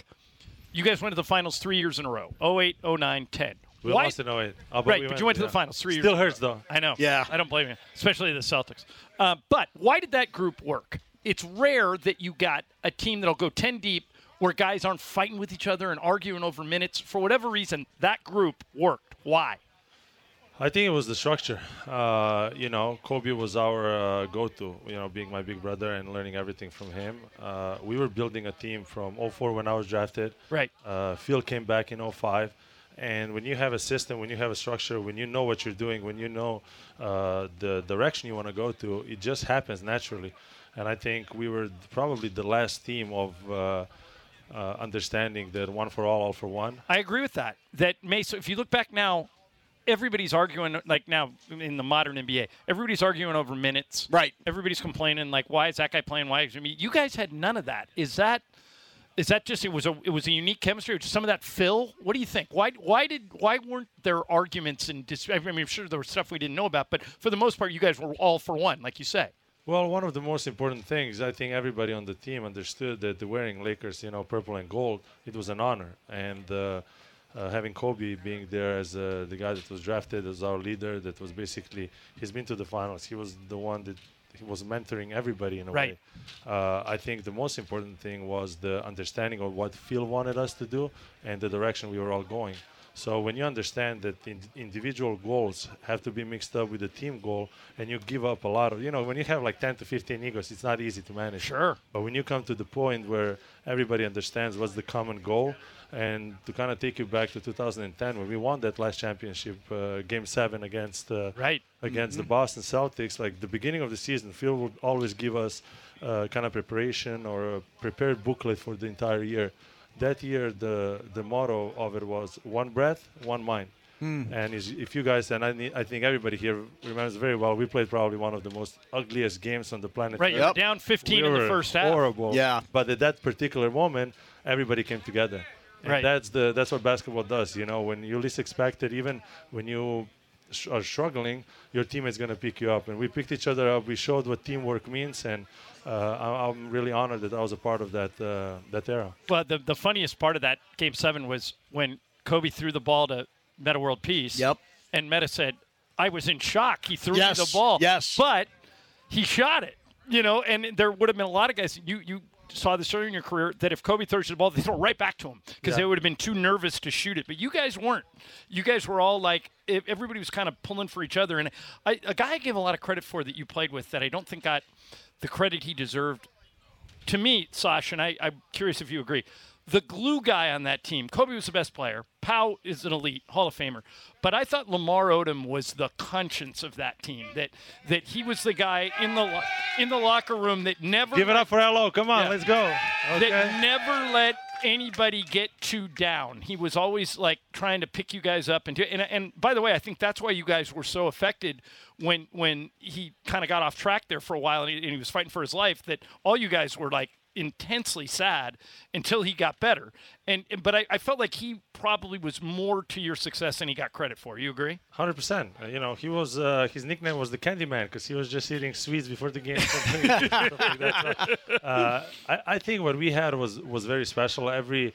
Speaker 2: you guys went to the finals three years in a row 08, 09, 10.
Speaker 8: We
Speaker 2: Why-
Speaker 8: lost in 08. Oh,
Speaker 2: right, but you went to the finals three years
Speaker 8: Still
Speaker 2: in a
Speaker 8: hurts,
Speaker 2: row.
Speaker 8: though.
Speaker 2: I know.
Speaker 1: Yeah.
Speaker 2: I don't blame you, especially the Celtics. Uh, but why did that group work? It's rare that you got a team that'll go 10 deep where guys aren't fighting with each other and arguing over minutes. For whatever reason, that group worked. Why?
Speaker 8: I think it was the structure. Uh, you know, Kobe was our uh, go-to. You know, being my big brother and learning everything from him. Uh, we were building a team from 04 when I was drafted.
Speaker 2: Right.
Speaker 8: Uh, Phil came back in 05. And when you have a system, when you have a structure, when you know what you're doing, when you know uh, the direction you want to go to, it just happens naturally. And I think we were probably the last team of uh, uh, understanding that one for all, all for one.
Speaker 2: I agree with that. That Mesa, if you look back now, everybody's arguing, like now in the modern NBA, everybody's arguing over minutes.
Speaker 1: Right.
Speaker 2: Everybody's complaining, like, why is that guy playing? Why is me? You guys had none of that. Is that. Is that just it was a it was a unique chemistry? Was some of that fill? What do you think? Why why did why weren't there arguments and dis- I mean, I'm sure there was stuff we didn't know about, but for the most part, you guys were all for one, like you say.
Speaker 8: Well, one of the most important things, I think everybody on the team understood that the wearing Lakers, you know, purple and gold, it was an honor. And uh, uh, having Kobe being there as uh, the guy that was drafted as our leader, that was basically, he's been to the finals. He was the one that he was mentoring everybody in a
Speaker 2: Right.
Speaker 8: way. Uh, I think the most important thing was the understanding of what Phil wanted us to do and the direction we were all going. So when you understand that in- individual goals have to be mixed up with the team goal, and you give up a lot of, you know, when you have like 10 to 15 egos, it's not easy to manage.
Speaker 2: Sure.
Speaker 8: But when you come to the point where everybody understands what's the common goal, and to kind of take you back to 2010 when we won that last championship, uh, Game Seven against uh,
Speaker 2: Right.
Speaker 8: against the Boston Celtics, like the beginning of the season, Phil would always give us uh, kind of preparation or a prepared booklet for the entire year. That year, the the motto of it was one breath, one mind. And is, if you guys and I, need, I think everybody here remembers very well, we played probably one of the most ugliest games on the planet.
Speaker 2: Right,
Speaker 8: Earth.
Speaker 2: you were down 15
Speaker 8: We
Speaker 2: in the
Speaker 8: were
Speaker 2: first half.
Speaker 8: Horrible.
Speaker 1: Yeah.
Speaker 8: But at that particular moment, everybody came together. And
Speaker 2: Right.
Speaker 8: That's the that's what basketball does. You know, when you least expect it, even when you sh- are struggling, your teammate's gonna pick you up. And we picked each other up. We showed what teamwork means, and uh, I- I'm really honored that I was a part of that uh, that era.
Speaker 2: Well, the, the funniest part of that game seven was when Kobe threw the ball to Meta World Peace.
Speaker 1: Yep.
Speaker 2: And Meta said, I was in shock. He threw
Speaker 1: Yes,
Speaker 2: me the ball.
Speaker 1: yes.
Speaker 2: But he shot it. You know, and there would have been a lot of guys you you saw this earlier in your career that if Kobe throws you the ball, they throw it right back to him because they would have been too nervous to shoot it. But you guys weren't. You guys were all like e- everybody was kind of pulling for each other. And I, a guy I give a lot of credit for that you played with that I don't think got the credit he deserved to me, Sash, and I, I'm curious if you agree. The glue guy on that team, Kobe was the best player. Powell is an elite Hall of Famer, but I thought Lamar Odom was the conscience of that team. That that he was the guy in the lo- in the locker room that never
Speaker 8: Give it up for LO. Come on,
Speaker 2: Yeah.
Speaker 8: let's go.
Speaker 2: that
Speaker 8: Okay.
Speaker 2: never let anybody get too down. He was always like trying to pick you guys up and do, and and by the way, I think that's why you guys were so affected when when he kind of got off track there for a while and he, and he was fighting for his life that all you guys were like intensely sad until he got better. And, and- but I, I felt like he probably was more to your success than he got credit for. You agree?
Speaker 8: Hundred percent. You know, he was uh, his nickname was the Candy Man because he was just eating sweets before the game. something like that. So, uh, I, I think what we had was was very special. Every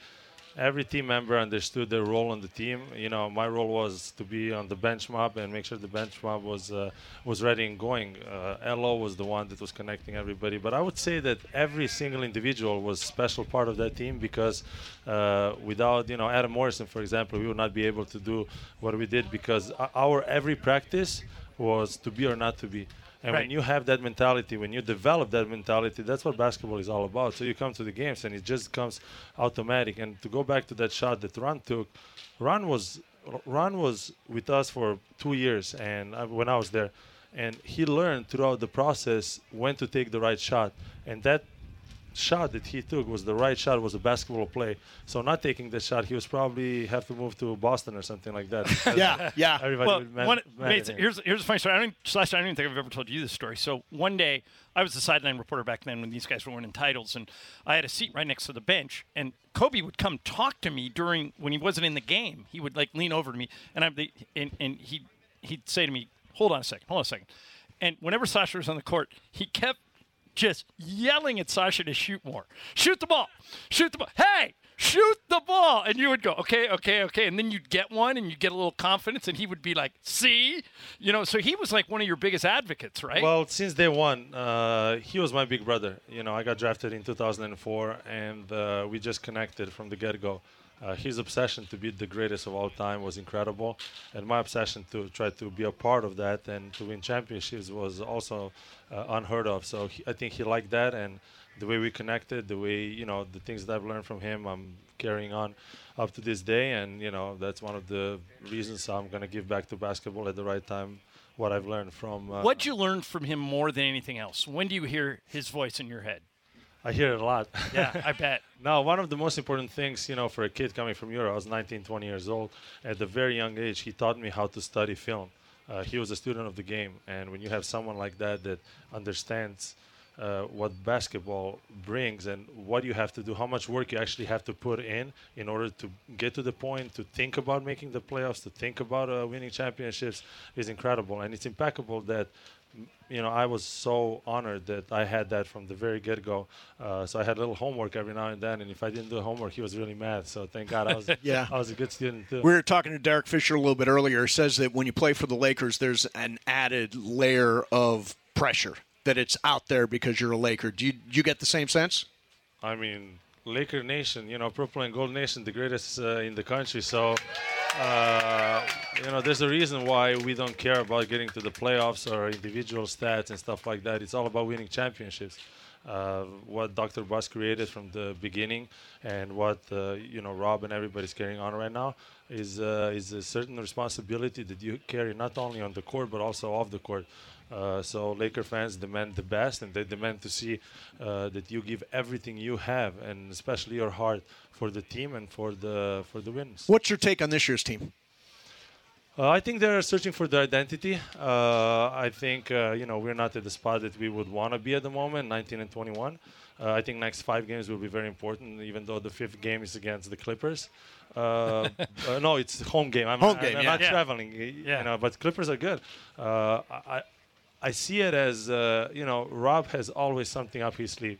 Speaker 8: every team member understood their role on the team. You know, my role was to be on the bench mob and make sure the bench mob was uh, was ready and going. Uh, Lo was the one that was connecting everybody. But I would say that every single individual was special part of that team because uh, without you know Adam Morrison, for example, we would not be able to do what we did because o- our every practice was to be or not to be. And
Speaker 2: Right.
Speaker 8: when you have that mentality, when you develop that mentality, that's what basketball is all about. So you come to the games and it just comes automatic. And to go back to that shot that Ron took, Ron was R- Ron was with us for two years, and I, when I was there, and he learned throughout the process when to take the right shot, and that shot that he took was the right shot was a basketball play so not taking the shot he was probably have to move to boston or something like that
Speaker 1: Yeah, yeah.
Speaker 8: everybody
Speaker 2: Well,
Speaker 8: would man-
Speaker 2: one,
Speaker 8: mad at
Speaker 2: Mates,
Speaker 8: him.
Speaker 2: here's here's a funny story. I don't even, Celeste, I don't even think I've ever told you this story. So one day, I was the sideline reporter back then when these guys were winning titles, and I had a seat right next to the bench. And Kobe would come talk to me during when he wasn't in the game. He would like lean over to me, and I'm the, and and he he'd say to me, "Hold on a second, hold on a second. And whenever Sasha was on the court, he kept just yelling at Sasha to shoot more. Shoot the ball. Shoot the ball. Hey, shoot the ball. And you would go, okay, okay, okay. And then you'd get one and you'd get a little confidence and he would be like, see? You know, so he was like one of your biggest advocates, right?
Speaker 8: Well, since day one, uh, he was my big brother. You know, I got drafted in 2004, and uh, we just connected from the get-go. Uh, his obsession to be the greatest of all time was incredible, and my obsession to try to be a part of that and to win championships was also uh, unheard of. So he, I think he liked that, and the way we connected, the way you know the things that I've learned from him, I'm carrying on up to this day, and you know that's one of the reasons I'm gonna give back to basketball at the right time. What I've learned from uh,
Speaker 2: What'd you learn from him more than anything else? When do you hear his voice in your head?
Speaker 8: I hear it a lot.
Speaker 2: Yeah, I bet.
Speaker 8: now, one of the most important things, you know, for a kid coming from Europe, I was 19, 20 years old. At the very young age, he taught me how to study film. Uh, he was a student of the game, and when you have someone like that that understands uh, what basketball brings and what you have to do, how much work you actually have to put in in order to get to the point, to think about making the playoffs, to think about uh, winning championships, is incredible, and it's impeccable that you know, I was so honored that I had that from the very get go. Uh, so I had little homework every now and then, and if I didn't do homework, he was really mad. So thank God I was
Speaker 1: Yeah.
Speaker 8: I was a good student too.
Speaker 1: We were talking to Derek Fisher a little bit earlier. He says that when you play for the Lakers, there's an added layer of pressure that it's out there because you're a Laker. Do you, do you get the same sense?
Speaker 8: I mean, Laker Nation, you know, Purple and Gold Nation, the greatest uh, in the country. So, uh, you know, there's a reason why we don't care about getting to the playoffs or individual stats and stuff like that. It's all about winning championships. Uh, what Dr. Buss created from the beginning and what, uh, you know, Rob and everybody's carrying on right now is, uh, is a certain responsibility that you carry not only on the court but also off the court. Uh, so Laker fans demand the best, and they demand to see uh, that you give everything you have, and especially your heart for the team and for the for the wins.
Speaker 1: What's your take on this year's team?
Speaker 8: Uh, I think they're searching for their identity. Uh, I think uh, you know we're not at the spot that we would want to be at the moment, 19 and 21. Uh, I think next five games will be very important, even though the fifth game is against the Clippers. Uh, uh, no, it's home game. I'm,
Speaker 1: Home
Speaker 8: I'm
Speaker 1: game, yeah.
Speaker 8: not
Speaker 2: Yeah.
Speaker 8: traveling. y- You know, but Clippers are good. Uh, I, I see it as uh, you know Rob has always something up his sleeve,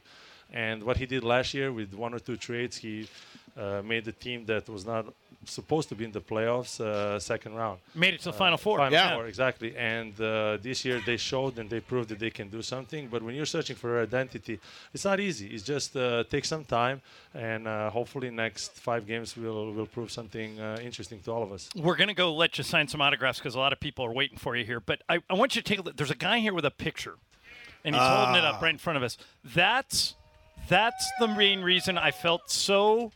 Speaker 8: and what he did last year with one or two trades, he uh, made the team that was not supposed to be in the playoffs uh, second round.
Speaker 2: Made it to the final four.
Speaker 8: Final
Speaker 1: Yeah.
Speaker 8: four, exactly. And uh, this year they showed and they proved that they can do something. But when you're searching for your identity, it's not easy. It's just uh, takes some time, and uh, hopefully next five games will will prove something uh, interesting to all of us.
Speaker 2: We're going to go let you sign some autographs because a lot of people are waiting for you here. But I, I want you to take a look. There's a guy here with a picture, and he's holding it up right in front of us. That's that's the main reason I felt so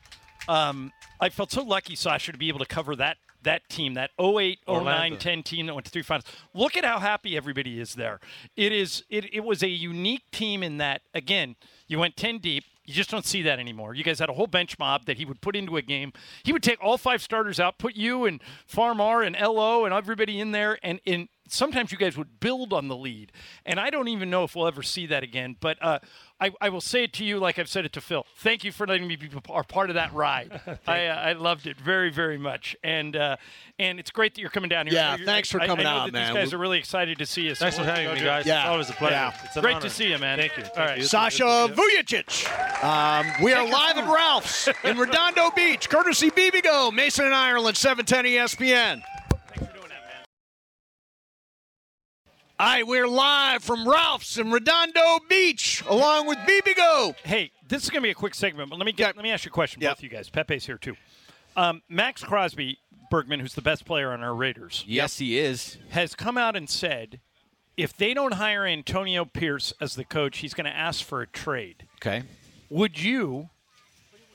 Speaker 2: um, I felt so lucky, Sasha, to be able to cover that that team, that 08, 09,
Speaker 8: Orlando.
Speaker 2: 10 team that went to three finals. Look at how happy everybody is there. It is it, it was a unique team in that again, you went 10 deep. You just don't see that anymore. You guys had a whole bench mob that he would put into a game. He would take all five starters out, put you and Farmar and LO and everybody in there and in sometimes you guys would build on the lead. And I don't even know if we'll ever see that again. But uh, I, I will say it to you like I've said it to Phil. Thank you for letting me be p- a part of that ride. I, uh, I loved it very, very much. And uh, and it's great that you're coming down here.
Speaker 1: Yeah,
Speaker 2: I- I-
Speaker 1: thanks for
Speaker 2: I- I
Speaker 1: coming
Speaker 2: know
Speaker 1: out,
Speaker 2: that
Speaker 1: man.
Speaker 2: These guys
Speaker 1: We-
Speaker 2: are really excited to see us.
Speaker 8: Thanks for having me, guys.
Speaker 1: Yeah.
Speaker 8: It's always a pleasure.
Speaker 1: Yeah.
Speaker 8: It's an
Speaker 2: Great
Speaker 8: honor.
Speaker 2: to see you, man.
Speaker 8: Thank you.
Speaker 2: All
Speaker 8: Thank
Speaker 2: right.
Speaker 8: you.
Speaker 1: Sasha Vujicic. Um, we are live at Ralph's in Redondo Beach, courtesy Bibigo, Mason and Ireland, E 710 ESPN. All right, we're live from Ralph's in Redondo Beach, along with Bibigo.
Speaker 2: Hey, this is going to be a quick segment, but let me get,
Speaker 1: Yeah.
Speaker 2: let me ask you a question,
Speaker 1: Yeah.
Speaker 2: both of you guys. Pepe's here too. Um, Max Crosby Bergman, who's the best player on our Raiders,
Speaker 3: Yes, he is.
Speaker 2: has come out and said if they don't hire Antonio Pierce as the coach, he's going to ask for a trade.
Speaker 3: Okay.
Speaker 2: Would you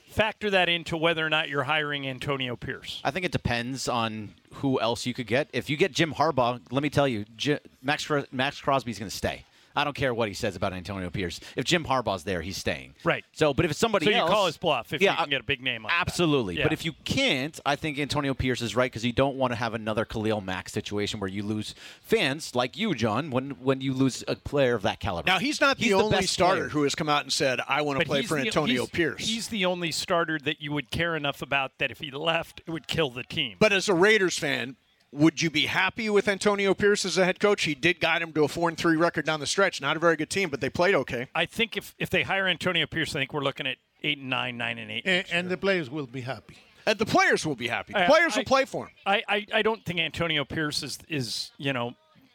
Speaker 2: factor that into whether or not you're hiring Antonio Pierce.
Speaker 3: I think it depends on who else you could get. If you get Jim Harbaugh, let me tell you, Jim, Max Cro- Max Crosby's going to stay. I don't care what he says about Antonio Pierce. If Jim Harbaugh's there, he's staying.
Speaker 2: Right.
Speaker 3: So, but if it's somebody
Speaker 2: So you
Speaker 3: else,
Speaker 2: call his bluff if
Speaker 3: yeah,
Speaker 2: you can
Speaker 3: I-
Speaker 2: get a big name like that.
Speaker 3: Absolutely. But
Speaker 2: Yeah.
Speaker 3: if you can't, I think Antonio Pierce is right because you don't want to have another Khalil Mack situation where you lose fans like you, John, when when you lose a player of that caliber.
Speaker 1: Now he's not the only
Speaker 3: best
Speaker 1: starter
Speaker 3: player.
Speaker 1: who has come out and said, "I want to
Speaker 2: But
Speaker 1: play
Speaker 2: he's
Speaker 1: for
Speaker 2: the-
Speaker 1: Antonio
Speaker 2: he's-
Speaker 1: Pierce."
Speaker 2: He's the only starter that you would care enough about that if he left, it would kill the team.
Speaker 1: but as a Raiders fan, would you be happy with Antonio Pierce as a head coach? He did guide him to a four and three record down the stretch. Not a very good team, but they played okay.
Speaker 2: I think if, if they hire Antonio Pierce, I think we're looking at eight and nine, nine and eight.
Speaker 4: And, and the players will be happy.
Speaker 1: And the players will be happy. The
Speaker 2: I-
Speaker 1: players
Speaker 2: I-
Speaker 1: will play for him.
Speaker 2: I, I, I don't think Antonio Pierce is is you know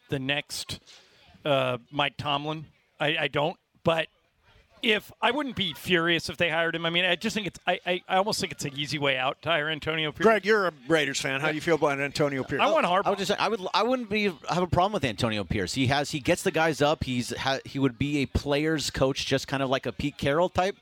Speaker 2: the next uh, Mike Tomlin. I, I don't. But if I wouldn't be furious if they hired him. I mean, I just think it's I, I, I almost think it's an easy way out to hire Antonio Pierce.
Speaker 1: Greg, you're a Raiders fan. How do you feel about Antonio Pierce?
Speaker 2: I want
Speaker 3: I
Speaker 2: Harbaugh.
Speaker 3: would just say I would I wouldn't be have a problem with Antonio Pierce. He has he gets the guys up. He's ha, he would be a players coach, just kind of like a Pete Carroll type.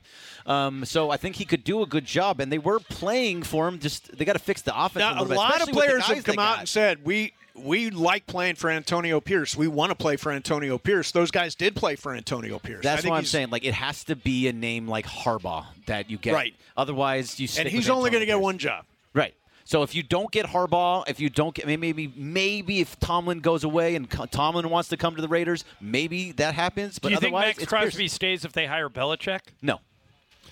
Speaker 3: Um, so I think he could do a good job. And they were playing for him. Just they got to fix the offense.
Speaker 1: Now,
Speaker 3: a, little bit,
Speaker 1: lot of
Speaker 3: especially with the
Speaker 1: players
Speaker 3: guys
Speaker 1: have
Speaker 3: they
Speaker 1: come out
Speaker 3: got.
Speaker 1: and said we we like playing for Antonio Pierce. We want to play for Antonio Pierce. Those guys did play for Antonio Pierce. I
Speaker 3: That's
Speaker 1: think
Speaker 3: why I'm
Speaker 1: he's-
Speaker 3: saying like it has to be a name like Harbaugh that you get.
Speaker 1: Right.
Speaker 3: Otherwise, you.
Speaker 1: And
Speaker 3: stick
Speaker 1: he's
Speaker 3: with
Speaker 1: only going to get
Speaker 3: Antonio Pierce.
Speaker 1: one job.
Speaker 3: Right. So if you don't get Harbaugh, if you don't get I mean, maybe maybe if Tomlin goes away and Co- Tomlin wants to come to the Raiders, maybe that happens. But
Speaker 2: Do you think
Speaker 3: otherwise,
Speaker 2: Max
Speaker 3: it's Pierce.
Speaker 2: Crosby stays if they hire Belichick?
Speaker 3: No,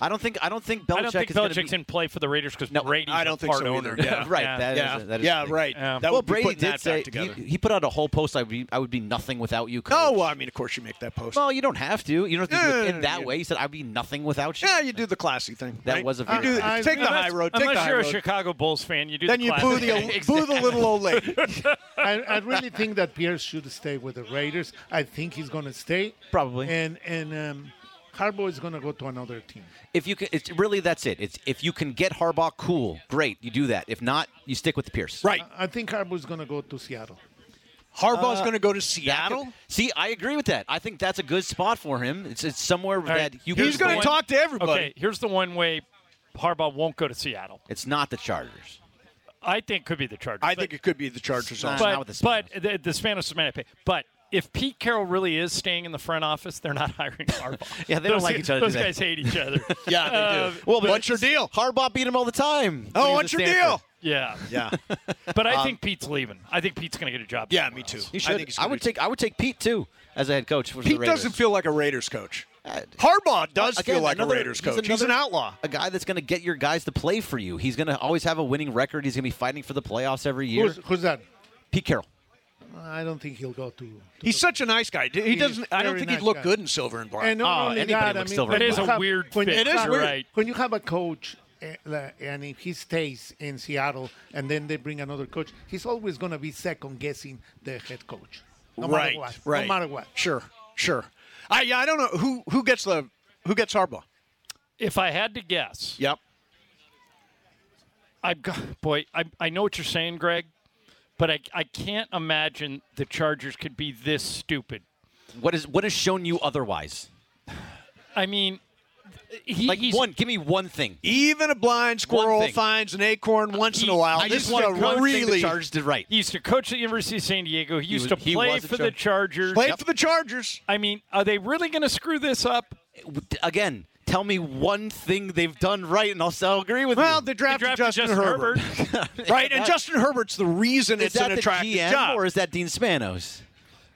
Speaker 3: I don't think I don't think Belichick
Speaker 2: I don't think
Speaker 3: is gonna
Speaker 2: Belichick's
Speaker 3: be,
Speaker 2: in play for the Raiders because
Speaker 3: No,
Speaker 2: Brady's
Speaker 1: I
Speaker 2: a
Speaker 1: don't think
Speaker 2: part
Speaker 1: so
Speaker 2: owner.
Speaker 1: either. Yeah.
Speaker 3: right.
Speaker 2: Yeah.
Speaker 3: That is
Speaker 1: Yeah,
Speaker 3: a- that is a
Speaker 1: yeah,
Speaker 3: thing.
Speaker 1: right.
Speaker 2: Yeah.
Speaker 1: That
Speaker 3: well,
Speaker 1: would be
Speaker 3: Brady
Speaker 1: putting
Speaker 3: did
Speaker 1: that
Speaker 3: say
Speaker 1: back together.
Speaker 3: He, he put out a whole post. I would be I would be nothing without you.
Speaker 1: no, uh,
Speaker 3: coach."
Speaker 1: Oh, well, I mean, of course you make that post.
Speaker 3: no, you don't have to. You don't have to do
Speaker 1: Yeah,
Speaker 3: it in that
Speaker 1: yeah.
Speaker 3: way. He said I'd be nothing without you.
Speaker 1: yeah, you do the classy thing.
Speaker 3: That
Speaker 1: right?
Speaker 3: was a
Speaker 1: You
Speaker 3: very
Speaker 1: do-
Speaker 3: classy
Speaker 1: take the
Speaker 2: Unless-
Speaker 1: high road. Take the
Speaker 2: unless
Speaker 1: high
Speaker 2: you're a
Speaker 1: road.
Speaker 2: Chicago Bulls fan, you do
Speaker 1: Then
Speaker 2: the
Speaker 1: you
Speaker 2: classic.
Speaker 1: boo the boo the little old lady.
Speaker 4: I, I really think that Pierce should stay with the Raiders. I think he's going to stay.
Speaker 3: Probably.
Speaker 4: And and um, Harbaugh is going to go to another team.
Speaker 3: If you can, it's really that's it. It's if you can get Harbaugh, cool, great, you do that. If not, you stick with the Pierce.
Speaker 1: right.
Speaker 4: I think Harbaugh is going to go to Seattle.
Speaker 1: Harbaugh's going to go to
Speaker 3: That could-
Speaker 1: Seattle.
Speaker 3: See, I agree with that. I think that's a good spot for him. It's, it's somewhere
Speaker 2: right.
Speaker 3: that you
Speaker 1: He's
Speaker 3: can.
Speaker 1: going to
Speaker 2: one-
Speaker 1: talk to everybody.
Speaker 2: Okay, here's the one way Harbaugh won't go to Seattle.
Speaker 3: It's not the Chargers.
Speaker 2: I think could be the Chargers.
Speaker 1: I
Speaker 2: but-
Speaker 1: think it could be the Chargers.
Speaker 3: Nah.
Speaker 1: also.
Speaker 3: not
Speaker 2: but
Speaker 3: with the Spanos.
Speaker 2: but the, the Spanos is mad at pay. But if Pete Carroll really is staying in the front office, they're not hiring Harbaugh.
Speaker 3: Yeah, they don't
Speaker 2: Those
Speaker 3: like
Speaker 2: guys-
Speaker 3: each other, do
Speaker 2: Those
Speaker 3: they?
Speaker 2: guys hate each other.
Speaker 1: Yeah, they do.
Speaker 2: Uh,
Speaker 1: well, what's your deal?
Speaker 3: Harbaugh beat him all the time. when he
Speaker 1: Oh,
Speaker 3: was
Speaker 1: what's
Speaker 3: at
Speaker 1: your
Speaker 3: Stanford.
Speaker 1: deal?
Speaker 2: yeah,
Speaker 1: Yeah, um,
Speaker 2: but I think Pete's leaving. I think Pete's going to get a job.
Speaker 1: yeah,
Speaker 2: somewhere
Speaker 1: me too.
Speaker 2: else.
Speaker 3: You should. I,
Speaker 1: think he's gonna
Speaker 3: would
Speaker 1: be-
Speaker 3: take. I would take Pete too as a head coach for the
Speaker 1: Pete
Speaker 3: Raiders.
Speaker 1: doesn't feel like a Raiders coach. Harbaugh does
Speaker 3: Again,
Speaker 1: feel like
Speaker 3: another-
Speaker 1: a Raiders
Speaker 3: he's
Speaker 1: coach. He's,
Speaker 3: another-
Speaker 1: an outlaw.
Speaker 3: A guy that's going to get your guys to play for you. He's going to always have a winning record. He's going to be fighting for the playoffs every year.
Speaker 4: Who's, who's that?
Speaker 3: Pete Carroll.
Speaker 4: I don't think he'll go to.
Speaker 1: He's such a nice guy. He doesn't. I don't
Speaker 4: very
Speaker 1: think he'd
Speaker 4: nice
Speaker 1: look
Speaker 4: guy.
Speaker 1: good in silver and black. Ah,
Speaker 4: And
Speaker 8: uh,
Speaker 4: not
Speaker 3: Oh,
Speaker 4: only
Speaker 3: anybody
Speaker 4: that, I
Speaker 3: looks
Speaker 4: mean,
Speaker 3: silver
Speaker 4: when
Speaker 3: and
Speaker 4: you
Speaker 3: black. It is
Speaker 2: a
Speaker 4: have-
Speaker 2: weird
Speaker 4: when you
Speaker 2: fit. It is
Speaker 4: have-
Speaker 2: weird. Right.
Speaker 4: When you have a coach, eh, like, and if he stays in Seattle, and then they bring another coach, he's always going to be second guessing the head coach, no
Speaker 1: right,
Speaker 4: matter what.
Speaker 1: right.
Speaker 4: No matter what.
Speaker 1: Sure, sure. I yeah, I don't know who who gets the who gets Harbaugh.
Speaker 2: If I had to guess,
Speaker 1: Yep.
Speaker 2: I've got boy. I I know what you're saying, Greg, but I I can't imagine the Chargers could be this stupid.
Speaker 3: What is what has shown you otherwise?
Speaker 2: I mean, he,
Speaker 3: Like
Speaker 2: he's
Speaker 3: one. Give me one thing.
Speaker 1: Even a blind squirrel
Speaker 3: thing.
Speaker 1: finds an acorn once in a
Speaker 2: He-
Speaker 1: while.
Speaker 3: I
Speaker 1: this
Speaker 3: just
Speaker 1: is
Speaker 3: want
Speaker 1: a
Speaker 3: one thing the
Speaker 1: really
Speaker 3: Chargers did right.
Speaker 2: He used to coach at the University of San Diego. He used
Speaker 3: was-
Speaker 2: to
Speaker 3: he
Speaker 2: play
Speaker 3: was a
Speaker 2: for the Chargers.
Speaker 1: played for the Chargers.
Speaker 2: I mean, are they really going to screw this up?
Speaker 3: Again, tell me one thing they've done right, and I'll, s- I'll agree with
Speaker 1: Well,
Speaker 3: you.
Speaker 1: they drafted,
Speaker 2: drafted
Speaker 1: Justin,
Speaker 2: Justin
Speaker 1: Herbert, right? And Justin Herbert's the reason
Speaker 3: is
Speaker 1: it's
Speaker 3: that
Speaker 1: an
Speaker 3: the
Speaker 1: attractive
Speaker 3: GM
Speaker 1: job.
Speaker 3: or is that Dean Spanos?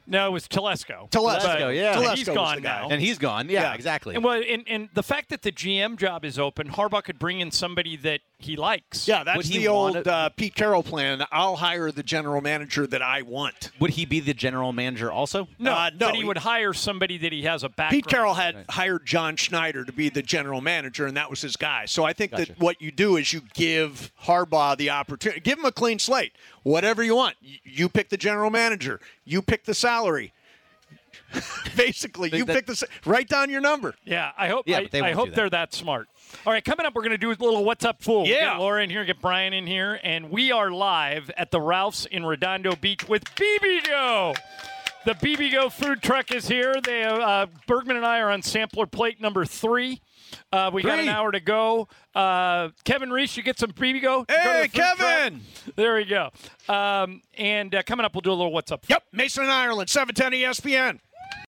Speaker 2: No, it was Telesco.
Speaker 1: Telesco,
Speaker 2: But
Speaker 3: yeah.
Speaker 1: Telesco
Speaker 2: he's
Speaker 1: was
Speaker 2: gone
Speaker 1: the guy.
Speaker 2: now.
Speaker 3: And he's gone. Yeah,
Speaker 1: Yeah.
Speaker 3: exactly.
Speaker 2: And, well, and, and the fact that the GM job is open, Harbaugh could bring in somebody that he likes.
Speaker 1: yeah, that's
Speaker 3: Would he
Speaker 1: the old
Speaker 3: wanna-
Speaker 1: uh, Pete Carroll plan. I'll hire the general manager that I want.
Speaker 3: Would he be the general manager also?
Speaker 2: No,
Speaker 1: Uh, no,
Speaker 2: but he,
Speaker 1: he-
Speaker 2: would hire somebody that he has a background.
Speaker 1: Pete Carroll had hired John Schneider to be the general manager, and that was his guy. So I think that what you do is you give Harbaugh the opportunity, give him a clean slate, whatever you want. Y- You pick the general manager, you pick the salary. Basically, you
Speaker 3: that-
Speaker 1: pick the sa- write down your number.
Speaker 2: Yeah, I hope.
Speaker 3: Yeah,
Speaker 2: I,
Speaker 3: but they
Speaker 2: I
Speaker 3: won't
Speaker 2: hope
Speaker 3: do that.
Speaker 2: they're that smart. All right, coming up, we're going to do a little "What's Up, Fool." We'll
Speaker 1: Yeah.
Speaker 2: get Laura in here, get Brian in here, and we are live at the Ralphs in Redondo Beach with BB Go. The BB Go food truck is here. They uh, Bergman and I are on sampler plate number three. Uh, we got an
Speaker 1: Three.
Speaker 2: hour to go. Uh, Kevin Reese, you get some BB Go. Go to
Speaker 1: Hey,
Speaker 2: the food truck.
Speaker 1: Kevin!
Speaker 2: There we go. Um, and uh, coming up, we'll do a little what's up.
Speaker 1: E Yep, Mason, Ireland, 710 ESPN.